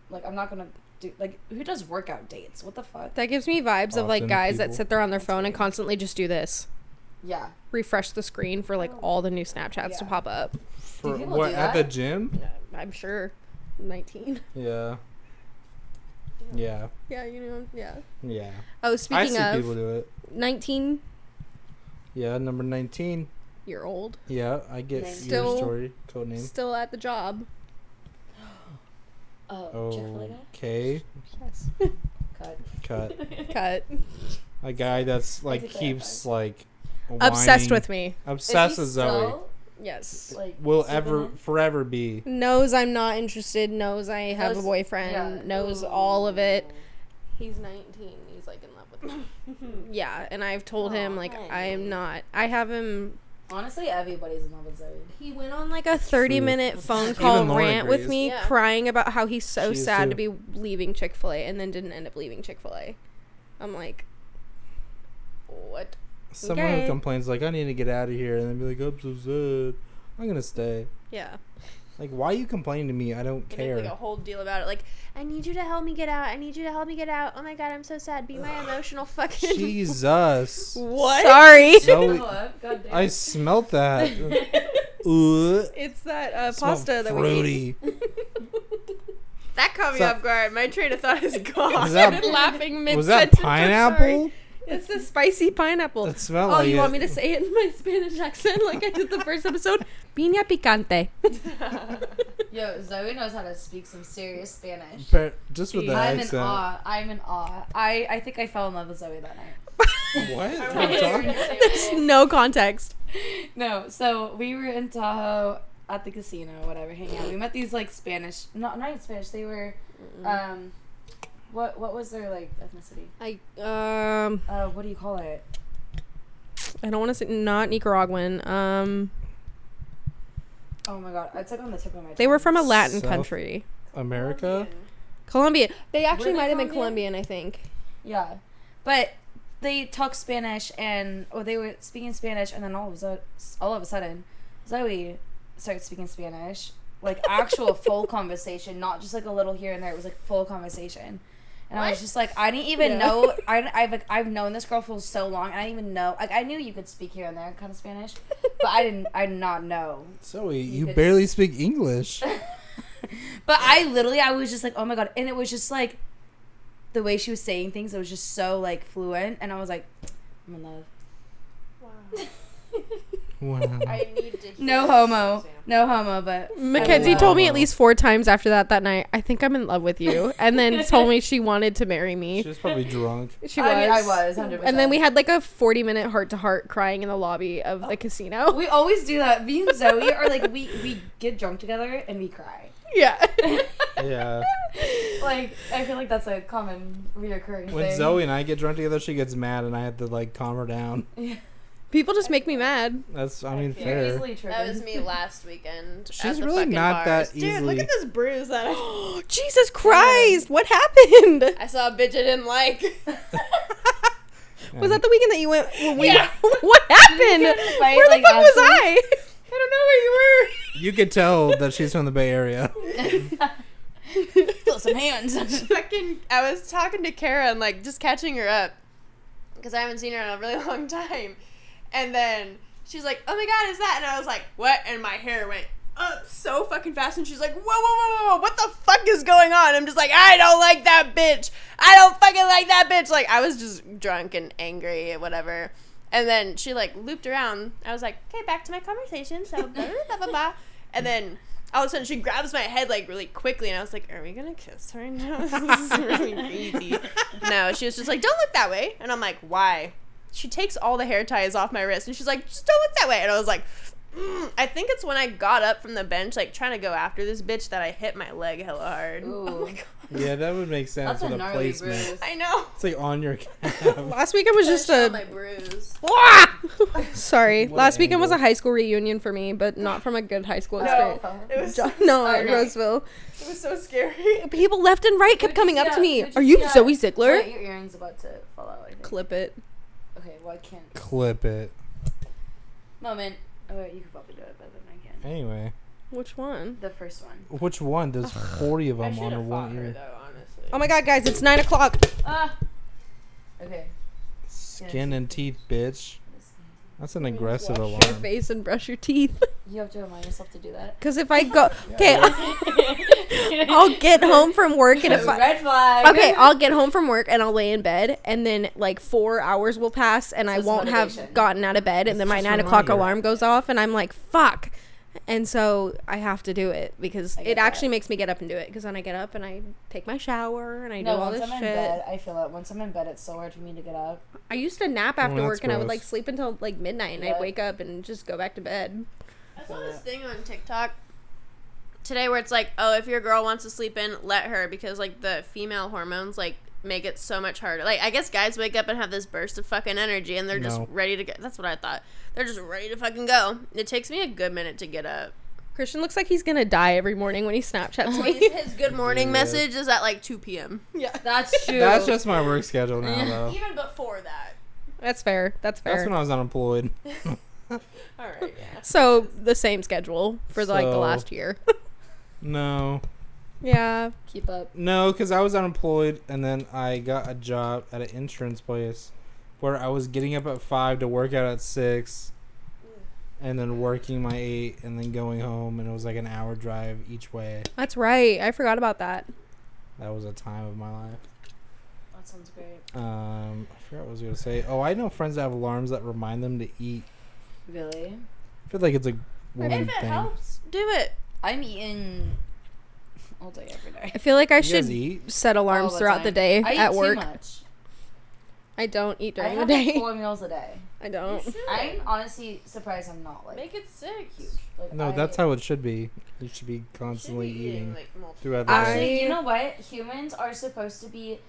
Speaker 3: Like I'm not gonna do like who does workout dates? What the fuck?
Speaker 2: That gives me vibes of like
Speaker 1: Often
Speaker 2: guys that
Speaker 1: people-
Speaker 2: sit there on their phone and constantly just do this.
Speaker 3: Yeah.
Speaker 2: Refresh the screen for like all the new Snapchats to
Speaker 3: Oh. Yeah.
Speaker 2: pop up.
Speaker 1: For
Speaker 3: people
Speaker 1: what
Speaker 3: do
Speaker 1: at
Speaker 3: that?
Speaker 1: the gym?
Speaker 2: I'm sure. 19.
Speaker 1: Yeah. Yeah.
Speaker 2: Yeah, you know, yeah.
Speaker 1: Yeah.
Speaker 2: Oh,
Speaker 1: I
Speaker 2: speaking
Speaker 1: see
Speaker 2: of
Speaker 1: people do it.
Speaker 2: 19
Speaker 1: Yeah, number nineteen.
Speaker 2: year old
Speaker 1: Yeah, I get
Speaker 3: Name.
Speaker 2: Still-
Speaker 1: your story code name.
Speaker 2: still at the job.
Speaker 3: Oh, Chick-fil-A guy?
Speaker 1: Okay,
Speaker 2: Yes.
Speaker 3: Cut.
Speaker 1: cut.
Speaker 2: Cut.
Speaker 1: A guy that's like
Speaker 3: He's a bad
Speaker 1: keeps like
Speaker 2: Obsessed
Speaker 1: whining-
Speaker 2: with me.
Speaker 1: Obsessed
Speaker 3: Is he
Speaker 1: with Zoe.
Speaker 3: slow?
Speaker 2: Yes.
Speaker 3: Like
Speaker 1: Will ever
Speaker 3: Superman?
Speaker 1: forever be.
Speaker 2: Knows I'm not interested. Knows I have a
Speaker 3: Knows-
Speaker 2: boyfriend.
Speaker 3: yeah.
Speaker 2: Knows all of it. He's 19. He's like in love with me. yeah, and I've told him like I am not. I have him.
Speaker 3: Honestly, everybody's in love with Zoe.
Speaker 2: He went on like a 30
Speaker 1: True.
Speaker 2: minute phone
Speaker 1: Even
Speaker 2: call
Speaker 1: Lauren
Speaker 2: rant with
Speaker 1: agrees.
Speaker 2: me,
Speaker 4: Yeah.
Speaker 2: crying about how he's so
Speaker 1: She is
Speaker 2: sad
Speaker 1: too.
Speaker 2: to be leaving Chick Fil A, and then didn't end up leaving Chick Fil A. I'm like, what?
Speaker 1: Someone
Speaker 2: Okay.
Speaker 1: who complains like I need to get out of here and then be like I'm so sad. I'm gonna stay.
Speaker 2: Yeah.
Speaker 1: Like why you complain to me? I don't
Speaker 4: They make,
Speaker 1: care.
Speaker 4: Like a whole deal about it. Like, I need you to help me get out. I need you to help me get out. Oh my god, I'm so sad. Be my emotional fucking.
Speaker 1: Jesus.
Speaker 2: What? Sorry.
Speaker 1: Zoe,
Speaker 3: up, goddamn.
Speaker 1: Oh, I smelt that. Ooh.
Speaker 2: It's that uh,
Speaker 1: Smell
Speaker 2: pasta that we eat.
Speaker 1: fruity.
Speaker 4: that caught me
Speaker 1: So-
Speaker 4: off guard. My train of thought is gone.
Speaker 1: Is that-
Speaker 2: laughing mid
Speaker 1: Was that pineapple?
Speaker 2: It's the spicy pineapple.
Speaker 1: It smelled
Speaker 2: oh,
Speaker 1: like
Speaker 2: you
Speaker 1: it.
Speaker 2: want me to say it in my Spanish accent like I did the first episode? Piña picante.
Speaker 3: Yo, Zoe knows how to speak some serious Spanish.
Speaker 1: But just with that
Speaker 3: I'm in
Speaker 1: accent.
Speaker 3: awe. I'm in awe. I, I think I fell in love with Zoe that night.
Speaker 1: What?
Speaker 4: was-
Speaker 1: I'm talking-
Speaker 2: There's no context.
Speaker 3: No, so we were in Tahoe at the casino, whatever, hanging out. We met these like Spanish, not not even Spanish. They were, um, what what was their like ethnicity?
Speaker 2: I um
Speaker 3: Uh, what do you call it?
Speaker 2: I don't want to say not Nicaraguan. Um,
Speaker 3: Oh my god, it's like on the tip of my.
Speaker 2: they were
Speaker 3: tongue.
Speaker 2: from a Latin
Speaker 1: South-
Speaker 2: country.
Speaker 1: America?
Speaker 2: Colombian. They actually
Speaker 3: they
Speaker 2: might have been
Speaker 3: Colombian?
Speaker 2: Colombian, I think.
Speaker 3: Yeah, but they talk Spanish and or they were speaking Spanish, and then all of a all of a sudden, Zoe started speaking Spanish, like actual full conversation, not just like a little here and there. It was like full conversation. And I was just like, I didn't even
Speaker 2: Yeah.
Speaker 3: know. I, I've like, I've known this girl for so long. I didn't even know. Like, I knew you could speak here and there kind of Spanish, but I didn't. I did not know.
Speaker 1: Zoe, you
Speaker 3: could-
Speaker 1: barely speak English.
Speaker 3: But I literally, I was just like, oh my god, and it was just like, the way she was saying things, it was just so like fluent, and I was like, I'm in love.
Speaker 4: Wow.
Speaker 1: Wow.
Speaker 4: I need to hear
Speaker 3: No
Speaker 4: this
Speaker 3: homo.
Speaker 4: example.
Speaker 3: No homo, but
Speaker 2: Mackenzie
Speaker 3: I
Speaker 2: told me
Speaker 1: Wow.
Speaker 2: at least four times after that that night, I think I'm in love with you. And then told me she wanted to marry me.
Speaker 1: She was probably drunk.
Speaker 2: She was.
Speaker 3: I mean, I was, 100%.
Speaker 2: And then we had like a 40 minute heart to heart crying in the lobby of the casino.
Speaker 3: We always do that. Me and Zoe are like we we get drunk together and we cry.
Speaker 2: yeah.
Speaker 1: Yeah.
Speaker 3: Like I feel like that's a common reoccurring
Speaker 1: When
Speaker 3: thing.
Speaker 1: Zoe and I get drunk together, she gets mad, and I have to like calm her down.
Speaker 2: People just make me mad.
Speaker 1: That's I mean
Speaker 3: You're
Speaker 1: fair.
Speaker 3: easily triggered.
Speaker 5: That was me last weekend. at
Speaker 1: She's
Speaker 5: the
Speaker 1: really
Speaker 5: fucking
Speaker 1: not
Speaker 5: bars.
Speaker 1: that e-
Speaker 4: Dude,
Speaker 1: easily.
Speaker 4: look at this bruise that I.
Speaker 2: Jesus Christ, what happened?
Speaker 5: I saw a bitch I didn't like.
Speaker 2: Was that the weekend that you went? When we,
Speaker 5: Yeah.
Speaker 2: what happened?
Speaker 3: get in a fight,
Speaker 2: Where the
Speaker 3: like,
Speaker 2: fuck was
Speaker 3: outside?
Speaker 2: I? I
Speaker 1: you could tell that she's from the Bay Area.
Speaker 3: Feel some hands.
Speaker 5: Fucking,
Speaker 4: I was talking to Kara and like just catching her up because I haven't seen her in a really long time. And then she's like, "Oh my god, is that?" And I was like, "What?" And my hair went up so fucking fast. And she's like, "Whoa, whoa, whoa, whoa, whoa! What the fuck is going on?" I'm just like, "I don't like that bitch. I don't fucking like that bitch." Like I was just drunk and angry and whatever. And then she like looped around. I was like, "Okay, back to my conversation." So blah blah blah. blah. And then all of a sudden she grabs my head like really quickly and I was like, Are we gonna kiss right now? this is really crazy. no, she was just like, Don't look that way and I'm like, Why? She takes all the hair ties off my wrist and she's like, Just don't look that way and I was like "Mm." I think it's when I got up from the bench, like trying to go after this bitch, that I hit my leg hella hard.
Speaker 3: Ooh.
Speaker 1: Yeah, that would make sense
Speaker 3: That's a
Speaker 1: with a
Speaker 3: gnarly
Speaker 1: placement.
Speaker 3: bruise.
Speaker 4: I know.
Speaker 1: It's like on your calf.
Speaker 2: don't know where you were. Last weekend was just
Speaker 5: show
Speaker 2: a.
Speaker 5: my bruise.
Speaker 2: Sorry,
Speaker 1: What
Speaker 2: last
Speaker 1: an
Speaker 2: weekend was a
Speaker 1: angle.
Speaker 2: high school reunion for me, but not from a good high school experience.
Speaker 4: It was
Speaker 2: Jo- No, at
Speaker 3: Sorry.
Speaker 2: Roseville.
Speaker 4: it was so scary.
Speaker 2: People left and right kept coming up to me. Are you Zoe Ziegler?
Speaker 3: Wait, your earring's about to fall out. I think.
Speaker 2: Clip it.
Speaker 3: Okay, well I can't.
Speaker 1: Clip it.
Speaker 3: Moment. Oh, wait, you can probably do it better than I can.
Speaker 1: Anyway,
Speaker 2: Which one?
Speaker 3: The first one.
Speaker 1: which one? There's 40 of
Speaker 4: I
Speaker 1: them
Speaker 4: should
Speaker 1: on a
Speaker 4: have fought
Speaker 1: one
Speaker 4: her
Speaker 1: ear.
Speaker 4: though, honestly.
Speaker 2: Oh my god, guys, it's nine o'clock.
Speaker 3: Ah. Okay.
Speaker 1: Skin and teeth, bitch. That's an aggressive alarm.
Speaker 2: Wash your face and brush your teeth.
Speaker 3: You have to remind yourself to do that.
Speaker 2: Because if I go, okay, I'll get home from work and if I,
Speaker 3: Red flag.
Speaker 2: okay, I'll get home from work and I'll lay in bed, and then like four hours will pass, and I
Speaker 3: it's
Speaker 2: won't have
Speaker 3: motivation.
Speaker 2: gotten out of bed, and then my
Speaker 1: just a
Speaker 2: nine o'clock
Speaker 1: reminder.
Speaker 2: alarm goes off, and I'm like, fuck. And so I have to do it because
Speaker 3: I
Speaker 2: it
Speaker 3: get
Speaker 2: actually makes me get up and do it. Because then I get up and I take my shower and I
Speaker 3: No,
Speaker 2: do all
Speaker 3: once
Speaker 2: this
Speaker 3: I'm in
Speaker 2: shit.
Speaker 3: bed, I feel it. Once I'm in bed, it's so hard for me to get up.
Speaker 2: I used to nap after
Speaker 1: Oh, that's
Speaker 2: work and I would
Speaker 1: gross.
Speaker 2: like sleep until like midnight, and I'd
Speaker 3: Yeah.
Speaker 2: wake up and just go back to bed.
Speaker 4: I saw
Speaker 3: saw
Speaker 4: this
Speaker 3: that.
Speaker 4: thing on TikTok today where it's like, oh, if your girl wants to sleep in, let her because like the female hormones like make it so much harder. Like I guess guys wake up and have this burst of fucking energy and they're just
Speaker 1: No.
Speaker 4: ready to go. That's what I thought. They're just ready to fucking go. It takes me a good minute to get up.
Speaker 2: Christian looks like he's gonna die every morning when he Snapchats me.
Speaker 4: His, his good morning
Speaker 1: Yeah.
Speaker 4: message is at like 2 p.m.
Speaker 3: That's true.
Speaker 1: That's just my work schedule now, though.
Speaker 4: Even before that.
Speaker 2: That's fair. That's fair.
Speaker 1: That's when I was unemployed.
Speaker 4: All right. Yeah.
Speaker 2: so the same schedule for like the
Speaker 1: So-
Speaker 2: last year.
Speaker 1: no,
Speaker 2: yeah.
Speaker 3: keep up.
Speaker 1: no, because I was unemployed, and then I got a job at an insurance place where I was getting up at five to work out at six, and then working my eight, and then going home, and it was like an hour drive each way.
Speaker 2: That's right. I forgot about that.
Speaker 1: That was a time of my life.
Speaker 3: That sounds great.
Speaker 1: Um, I forgot what I was gonna say. Oh, I know friends that have alarms that remind them to eat.
Speaker 3: Really?
Speaker 1: I feel like it's a woman
Speaker 4: If it
Speaker 1: thing.
Speaker 4: helps, do it.
Speaker 3: I'm eating all day every day.
Speaker 2: I feel like I
Speaker 1: You guys
Speaker 2: should
Speaker 1: eat?
Speaker 2: set alarms
Speaker 3: All the
Speaker 2: throughout the
Speaker 3: time.
Speaker 2: day
Speaker 3: I eat
Speaker 2: Eh, at
Speaker 3: too
Speaker 2: work.
Speaker 3: much.
Speaker 2: I don't eat
Speaker 3: I
Speaker 2: during the
Speaker 3: have
Speaker 2: day.
Speaker 3: like four meals a day.
Speaker 2: I
Speaker 4: Oh.
Speaker 2: don't.
Speaker 3: I'm honestly surprised I'm not like
Speaker 4: Make it six.
Speaker 3: huge. Like,
Speaker 1: No,
Speaker 3: I-
Speaker 1: that's how it should be. You should be
Speaker 4: Should be
Speaker 1: constantly
Speaker 4: eating
Speaker 1: eating
Speaker 4: like multiple.
Speaker 1: throughout the
Speaker 2: I-
Speaker 1: day.
Speaker 3: Actually, you know what? Humans are supposed to be.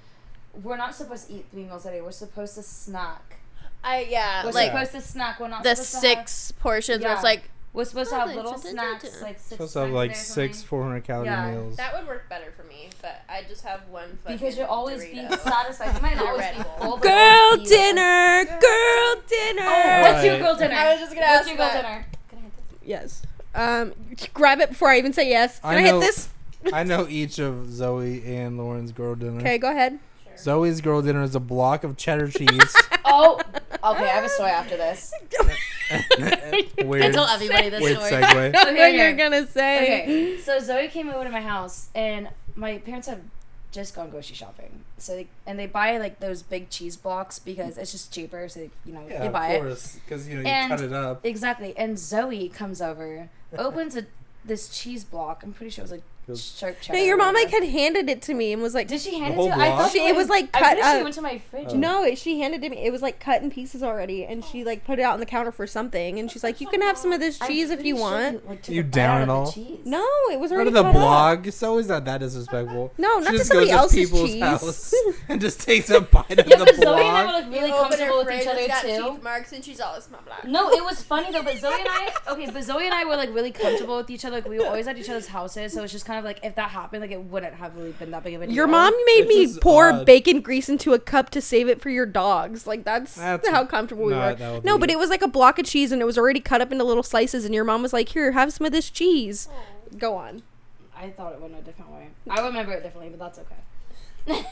Speaker 3: We're not supposed to eat three meals a day. We're supposed to snack.
Speaker 4: I yeah,
Speaker 3: We're
Speaker 4: Uh, like
Speaker 3: supposed to snack. We're not
Speaker 4: the
Speaker 3: supposed to have-
Speaker 4: six portions where it's
Speaker 3: Yeah.
Speaker 4: like
Speaker 3: we're supposed to have
Speaker 4: Oh,
Speaker 3: little
Speaker 4: it's a-
Speaker 3: snacks, like six.
Speaker 1: Supposed to have
Speaker 3: times a
Speaker 1: like
Speaker 3: day or
Speaker 1: six
Speaker 3: something.
Speaker 1: 400 calorie
Speaker 3: Yeah.
Speaker 1: meals.
Speaker 4: That would work better for me, but I just have one fucking
Speaker 3: Because you'll always be
Speaker 4: Dorito.
Speaker 3: satisfied. You might not
Speaker 4: You're
Speaker 3: always
Speaker 4: ready.
Speaker 3: be full. but you'll
Speaker 2: Girl
Speaker 3: always be, like-
Speaker 2: dinner. Girl dinner.
Speaker 3: Oh, what's your
Speaker 1: Alright.
Speaker 3: girl dinner?
Speaker 4: I was just gonna
Speaker 3: what's
Speaker 4: ask
Speaker 3: your girl
Speaker 4: that.
Speaker 3: dinner?
Speaker 2: Yes. Um, grab it before I even say yes. Can
Speaker 1: I
Speaker 2: I, hit
Speaker 1: know-
Speaker 2: this?
Speaker 1: I know each of Zoe and Lauren's girl dinner.
Speaker 2: Okay, go ahead.
Speaker 1: Zoe's girl dinner is a block of cheddar cheese.
Speaker 3: Oh, okay. I have a story after this.
Speaker 1: weird,
Speaker 5: everybody this
Speaker 1: weird segue.
Speaker 2: I know
Speaker 3: Okay,
Speaker 2: what you're
Speaker 3: okay.
Speaker 2: gonna say.
Speaker 3: Okay, so Zoe came over to my house, and my parents have just gone grocery shopping. So they, and they buy like those big cheese blocks because it's just cheaper. So you know
Speaker 1: Yeah,
Speaker 3: you buy
Speaker 1: of
Speaker 3: it.
Speaker 1: course, because you know you
Speaker 3: And-
Speaker 1: cut it up
Speaker 3: Exactly. And Zoe comes over, opens a, this cheese block. I'm pretty sure it was like
Speaker 1: Goes-
Speaker 3: sharp cheddar.
Speaker 2: No, your
Speaker 3: or
Speaker 2: mom like
Speaker 3: whatever.
Speaker 2: had handed it to me and was like,
Speaker 3: Did she hand
Speaker 1: The
Speaker 3: it
Speaker 1: whole
Speaker 3: to? I
Speaker 1: block?
Speaker 3: thought
Speaker 2: She-
Speaker 3: she
Speaker 2: it was, like,
Speaker 3: I
Speaker 2: cut
Speaker 3: pretty sure
Speaker 2: up.
Speaker 3: She went to my fridge.
Speaker 1: Oh.
Speaker 3: and-
Speaker 2: No, it, she handed it to me. It was like cut in pieces already, and she like put it out on the counter for something, and she's like, "You can have some of this
Speaker 3: I'm
Speaker 2: cheese if
Speaker 3: pretty
Speaker 2: you
Speaker 3: sure
Speaker 2: want."
Speaker 3: like, took
Speaker 1: You
Speaker 3: a bite
Speaker 1: down
Speaker 3: out
Speaker 1: it
Speaker 3: of the
Speaker 1: all?
Speaker 3: cheese.
Speaker 2: No, it was
Speaker 1: out
Speaker 2: already
Speaker 1: of the
Speaker 2: cut up.
Speaker 1: blog. It's always not that disrespectful.
Speaker 2: No,
Speaker 1: She
Speaker 2: not to
Speaker 1: just
Speaker 2: somebody
Speaker 1: goes to
Speaker 2: else's
Speaker 1: people's
Speaker 2: cheese.
Speaker 1: house and just takes a bite out
Speaker 3: Yeah,
Speaker 1: of the
Speaker 3: but Zoe and I were
Speaker 1: blog.
Speaker 3: like really
Speaker 5: You open her
Speaker 3: comfortable with each
Speaker 5: fridge,
Speaker 3: other
Speaker 5: it's got
Speaker 3: too.
Speaker 5: teeth marks and she's all it's my black.
Speaker 3: No, it was funny though. But Zoe and I, okay, but Zoe and I were like really comfortable with each other. Like we were always at each other's houses, so it's just kind of like if that happened, like it wouldn't have really been that big of a deal.
Speaker 2: Your mom made
Speaker 1: This
Speaker 2: me
Speaker 1: is
Speaker 2: pour
Speaker 1: odd.
Speaker 2: bacon grease into a cup to save it for your dogs. Like that's,
Speaker 1: That's-
Speaker 2: how comfortable we
Speaker 1: no,
Speaker 2: were.
Speaker 1: that would
Speaker 2: No,
Speaker 1: be-
Speaker 2: but it was like a block of cheese, and it was already cut up into little slices. And your mom was like, "Here, have some of this cheese." Go on.
Speaker 3: I thought it went a different way. I remember it differently, but that's okay.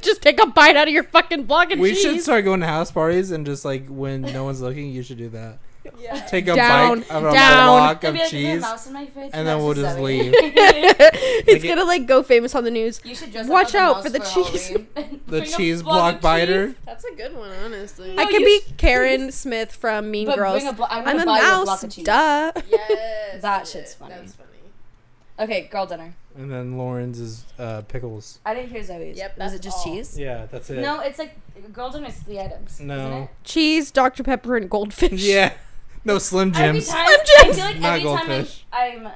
Speaker 2: Just take a bite out of your fucking block of
Speaker 1: We
Speaker 2: cheese.
Speaker 1: should start going to house parties and just like when no one's looking, you should do that.
Speaker 5: Yeah.
Speaker 1: Take a
Speaker 2: Down,
Speaker 1: bite of a
Speaker 2: down.
Speaker 1: block
Speaker 3: I'd
Speaker 1: of
Speaker 3: be like, "Is there a
Speaker 1: cheese.
Speaker 3: mouse in my fridge?
Speaker 1: and
Speaker 3: No,
Speaker 1: then we'll
Speaker 3: it's
Speaker 1: just
Speaker 3: Zoe."
Speaker 1: leave.
Speaker 2: it's
Speaker 1: it-
Speaker 2: gonna like go famous on the news.
Speaker 3: you should dress up
Speaker 2: Watch
Speaker 3: as a
Speaker 2: out
Speaker 3: mouse
Speaker 2: for the cheese.
Speaker 3: Halloween.
Speaker 1: The
Speaker 3: Bring a
Speaker 1: cheese
Speaker 3: block
Speaker 1: block
Speaker 3: of
Speaker 1: biter.
Speaker 3: cheese.
Speaker 5: That's a good one, honestly.
Speaker 2: I
Speaker 3: No,
Speaker 2: could
Speaker 3: you
Speaker 2: be
Speaker 3: sh-
Speaker 2: Karen Smith from Mean
Speaker 3: But
Speaker 2: Girls.
Speaker 3: bring a blo- I'm
Speaker 2: I'm
Speaker 3: gonna
Speaker 2: a
Speaker 3: buy you a block
Speaker 2: mouse.
Speaker 3: of cheese.
Speaker 2: duh.
Speaker 5: Yes.
Speaker 3: That
Speaker 5: do
Speaker 3: shit's
Speaker 5: it.
Speaker 3: funny.
Speaker 5: That's funny.
Speaker 3: Okay, girl dinner.
Speaker 1: And then Lauren's is uh, pickles.
Speaker 3: I didn't hear Zoe's.
Speaker 5: Yep,
Speaker 3: Was it
Speaker 5: that's
Speaker 3: just
Speaker 5: all.
Speaker 3: cheese?
Speaker 1: Yeah, that's it.
Speaker 3: No, it's like girl dinner is three items. isn't
Speaker 1: No.
Speaker 3: it?
Speaker 2: Cheese, Dr Pepper, and goldfish.
Speaker 1: Yeah. No Slim
Speaker 3: Every
Speaker 1: Jims.
Speaker 3: time,
Speaker 2: Slim
Speaker 3: I
Speaker 2: Jims.
Speaker 3: feel like
Speaker 1: Not
Speaker 3: every time
Speaker 1: goldfish.
Speaker 3: I'm, I'm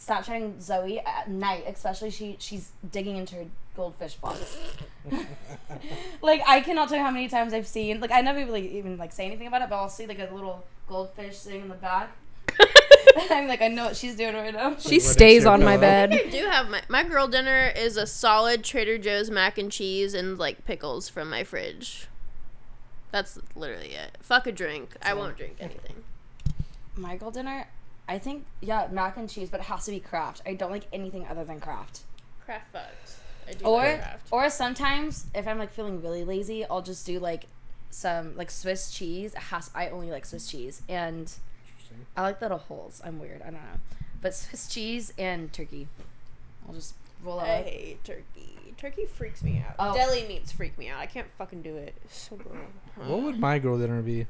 Speaker 3: Snapchatting Zoe at night, especially she she's digging into her goldfish box. like I cannot tell you how many times I've seen. Like I never really even like say anything about it, but I'll see like a little goldfish sitting in the back. I'm like I know what she's doing right now.
Speaker 2: She
Speaker 1: What is
Speaker 2: stays
Speaker 1: your
Speaker 2: on my
Speaker 1: pillow?
Speaker 2: bed.
Speaker 5: I do have my my girl dinner is a solid Trader Joe's mac and cheese and like pickles from my fridge. That's literally it. Fuck a drink. I won't drink anything.
Speaker 3: My girl dinner, I think yeah mac and cheese, but it has to be craft. I don't like anything other than craft.
Speaker 5: Craft fucks. I do
Speaker 3: or or sometimes if I'm like feeling really lazy, I'll just do like some like Swiss cheese. It has I only like Swiss cheese and I like little holes. I'm weird. I don't know, but Swiss cheese and turkey. I'll just roll
Speaker 4: I
Speaker 3: out.
Speaker 4: hate turkey. Turkey freaks me out.
Speaker 3: Oh.
Speaker 4: Deli meats freak me out. I can't fucking do it. It's so gross.
Speaker 1: What would my girl dinner be?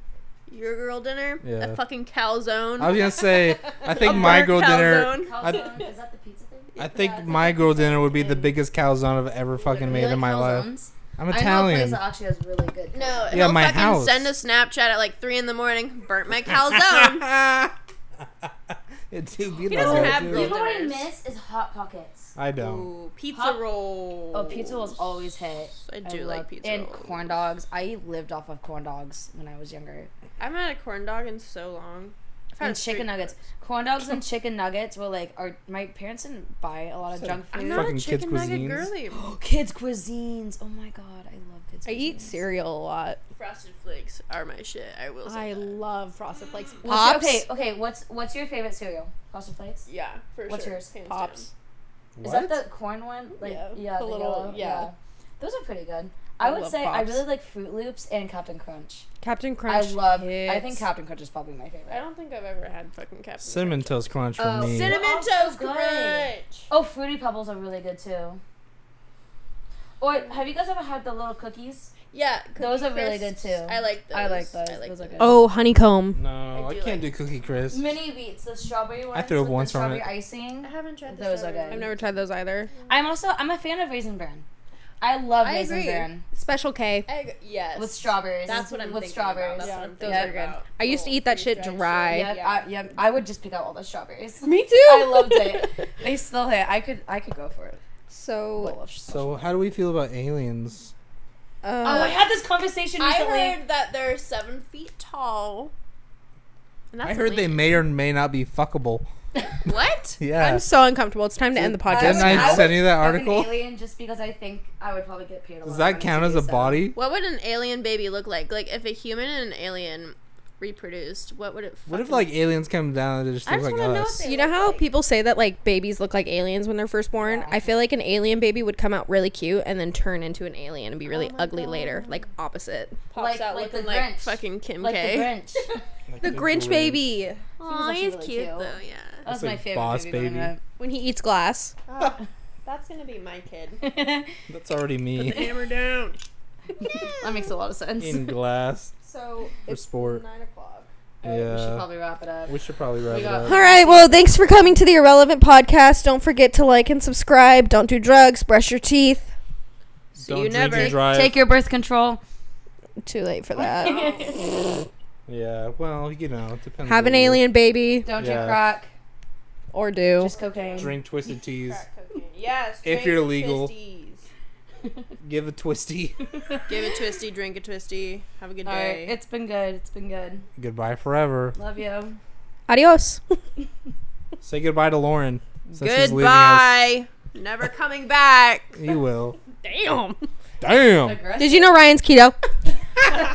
Speaker 5: Your girl dinner?
Speaker 1: Yeah.
Speaker 5: A fucking calzone.
Speaker 1: I was gonna say. I think
Speaker 5: A
Speaker 1: my
Speaker 5: bird
Speaker 1: girl dinner.
Speaker 5: calzone.
Speaker 1: Calzone,
Speaker 3: is that the pizza thing?
Speaker 1: I think my girl dinner would be the biggest calzone I've ever fucking made in my life. I'm
Speaker 3: I know a place
Speaker 1: Italian.
Speaker 3: that actually has really good.
Speaker 5: No,
Speaker 1: Yeah,
Speaker 5: he'll
Speaker 1: my
Speaker 5: fucking
Speaker 1: house.
Speaker 5: send a Snapchat at like three in the morning. Burnt my calzone.
Speaker 1: It's too beautiful.
Speaker 5: doesn't have
Speaker 1: dude.
Speaker 5: grilled-
Speaker 3: You know what I
Speaker 5: dinners.
Speaker 3: miss is hot pockets.
Speaker 1: I don't.
Speaker 4: Ooh, pizza
Speaker 3: Huh?
Speaker 4: roll.
Speaker 3: Oh, pizza was always hit.
Speaker 5: I do like
Speaker 3: love-
Speaker 5: pizza
Speaker 3: and
Speaker 5: rolls.
Speaker 3: corn dogs. I lived off of corn dogs when I was younger.
Speaker 4: I haven't had a corn dog in so long. I've had
Speaker 3: and
Speaker 4: a street-
Speaker 3: chicken nuggets. Corn dogs and chicken nuggets were like our my parents didn't buy a lot of
Speaker 1: So-
Speaker 3: junk
Speaker 4: I'm
Speaker 3: food.
Speaker 4: not
Speaker 1: Fucking
Speaker 4: a
Speaker 1: kids'
Speaker 4: chicken nugget
Speaker 1: cuisines.
Speaker 4: girly.
Speaker 3: Oh, kids cuisines. Oh my god, I love kids.
Speaker 2: I eat cereal a lot.
Speaker 5: Frosted flakes are my shit. I will say.
Speaker 2: I
Speaker 5: that.
Speaker 2: love Frosted Flakes.
Speaker 3: Pops?
Speaker 2: Pops.
Speaker 3: Okay, okay. What's what's your favorite cereal? Frosted Flakes.
Speaker 4: Yeah, for
Speaker 3: What's
Speaker 4: sure.
Speaker 3: yours?
Speaker 4: Hands
Speaker 2: Pops.
Speaker 3: Is
Speaker 1: What?
Speaker 3: that the corn one? Like yeah,
Speaker 2: Yeah,
Speaker 3: the,
Speaker 2: the little-
Speaker 3: yellow.
Speaker 2: yeah.
Speaker 3: Those are pretty good. I,
Speaker 2: I
Speaker 3: would
Speaker 2: love
Speaker 3: say I
Speaker 2: Pops.
Speaker 3: really like Fruit Loops and Captain Crunch.
Speaker 2: Captain Crunch.
Speaker 3: I love. I
Speaker 2: hits.
Speaker 3: think Captain Crunch is probably my
Speaker 4: down. I
Speaker 3: favorite.
Speaker 4: don't think I've ever had fucking Captain
Speaker 1: Cinnamon toast crunch for
Speaker 3: Oh,
Speaker 1: me.
Speaker 3: cinnamon-
Speaker 4: Cinnamon
Speaker 3: Also
Speaker 4: Toast
Speaker 3: good.
Speaker 4: Crunch.
Speaker 3: Oh, Fruity Pebbles are really good too. Or have you guys ever had the little cookies?
Speaker 5: Yeah,
Speaker 3: Those
Speaker 5: Cookie
Speaker 3: are really
Speaker 5: Crisps.
Speaker 3: good, too.
Speaker 5: I like those.
Speaker 3: I like those. Those are good.
Speaker 2: Oh, honeycomb.
Speaker 1: no,
Speaker 5: I
Speaker 1: I,
Speaker 5: do
Speaker 1: can't do cookie crisp.
Speaker 3: Mini wheats, the strawberry ones.
Speaker 1: threw up
Speaker 3: with the
Speaker 1: once from
Speaker 3: strawberry
Speaker 1: it.
Speaker 3: icing.
Speaker 5: I haven't tried the
Speaker 3: Those are
Speaker 5: strawberry.
Speaker 3: good.
Speaker 2: I've never tried those either.
Speaker 3: I'm also I'm a fan of raisin bran. I love
Speaker 5: I
Speaker 3: raisin
Speaker 5: agree.
Speaker 3: bran
Speaker 2: Special K.
Speaker 5: I agree. Yes.
Speaker 3: with strawberries.
Speaker 5: That's what I'm
Speaker 3: with
Speaker 5: thinking
Speaker 3: strawberries.
Speaker 5: About. That's
Speaker 4: Yeah,
Speaker 5: what I'm
Speaker 4: those
Speaker 5: thinking
Speaker 3: are
Speaker 5: about.
Speaker 4: good.
Speaker 2: I used to eat that shit
Speaker 4: freeze-dried
Speaker 2: dry.
Speaker 4: shit.
Speaker 3: Yeah, I, yeah, I would just pick out all the strawberries.
Speaker 2: Me too.
Speaker 3: I loved it. They still hit. I could I could go for it.
Speaker 2: So,
Speaker 1: So how do we feel about aliens?
Speaker 2: uh,
Speaker 3: oh, I had this conversation
Speaker 5: I
Speaker 3: recently.
Speaker 5: heard that they're seven feet tall. And that's
Speaker 1: I heard they
Speaker 5: illegal.
Speaker 1: may or may not be fuckable.
Speaker 5: What?
Speaker 1: Yeah.
Speaker 2: I'm so uncomfortable. It's time to end the
Speaker 1: Uh, Didn't
Speaker 2: podcast.
Speaker 1: I
Speaker 2: now.
Speaker 1: send you that
Speaker 3: fuck an
Speaker 1: article?
Speaker 3: alien just because I think I would probably get paid. A lot
Speaker 1: Does
Speaker 3: of
Speaker 1: that
Speaker 3: money
Speaker 1: count
Speaker 3: to
Speaker 1: as
Speaker 3: do
Speaker 1: a
Speaker 3: so.
Speaker 1: body?
Speaker 5: What would an alien baby look like? Like if a human and an alien reproduced, what would it?
Speaker 1: What if
Speaker 5: fucking-
Speaker 1: like aliens come down and they just
Speaker 5: I
Speaker 1: look
Speaker 5: just
Speaker 1: like
Speaker 5: wanna know if
Speaker 1: us?
Speaker 5: they-
Speaker 2: You know how people say that like babies look like aliens when they're first born?
Speaker 3: Yeah.
Speaker 2: I feel like an alien baby would come out really cute and then turn into an alien and be really
Speaker 3: Oh my
Speaker 2: ugly later, like opposite.
Speaker 5: pops
Speaker 3: like-
Speaker 5: out
Speaker 3: like
Speaker 5: looking
Speaker 3: the
Speaker 5: like
Speaker 3: Grinch.
Speaker 5: fucking Kim
Speaker 3: Like
Speaker 5: K?
Speaker 3: the Grinch.
Speaker 2: The Grinch baby
Speaker 5: Aw,
Speaker 3: actually
Speaker 5: he's
Speaker 3: really
Speaker 5: cute
Speaker 3: cute.
Speaker 5: though. Oh, Yeah.
Speaker 3: That was
Speaker 1: That's
Speaker 3: my
Speaker 1: like
Speaker 3: favorite
Speaker 1: Boss
Speaker 3: movie growing
Speaker 1: Baby.
Speaker 3: up.
Speaker 2: when he eats glass.
Speaker 4: That's gonna be my kid.
Speaker 3: that
Speaker 1: That's already me
Speaker 5: Hammer down.
Speaker 3: makes a lot of sense.
Speaker 1: in glass
Speaker 4: So
Speaker 1: for sport.
Speaker 4: nine o'clock.
Speaker 3: Alright, We should
Speaker 1: Yeah,
Speaker 3: probably wrap it up.
Speaker 1: uh, we should probably wrap
Speaker 3: We
Speaker 1: it
Speaker 3: got-
Speaker 1: up.
Speaker 2: All right. Well, thanks for coming to the Irrelevant Podcast. Don't forget to like and subscribe. Don't do drugs. Brush your teeth.
Speaker 5: See
Speaker 1: Don't
Speaker 5: you
Speaker 1: drink
Speaker 5: never.
Speaker 1: and drive.
Speaker 3: Take your birth control.
Speaker 2: Too late for that.
Speaker 1: yeah, well, you know, it depends.
Speaker 2: Have
Speaker 1: on
Speaker 2: an
Speaker 1: you.
Speaker 2: alien baby
Speaker 3: Don't
Speaker 1: Yeah.
Speaker 3: drink rock.
Speaker 2: or do.
Speaker 3: Just cocaine.
Speaker 1: Drink twisted teas.
Speaker 4: Crack cocaine. Yes.
Speaker 1: If
Speaker 4: drink
Speaker 1: you're
Speaker 4: the
Speaker 1: legal.
Speaker 4: twisties.
Speaker 1: Give a twisty.
Speaker 5: Give a twisty, drink a twisty. Have a good
Speaker 3: All right.
Speaker 5: day.
Speaker 3: It's been good. It's been good.
Speaker 1: goodbye forever.
Speaker 3: Love you.
Speaker 2: Adios.
Speaker 1: Say goodbye to Lauren. Since she's leaving us.
Speaker 5: Goodbye. Never coming back.
Speaker 1: You will.
Speaker 5: Damn.
Speaker 1: Damn.
Speaker 3: Aggressive.
Speaker 2: Did you know Ryan's keto?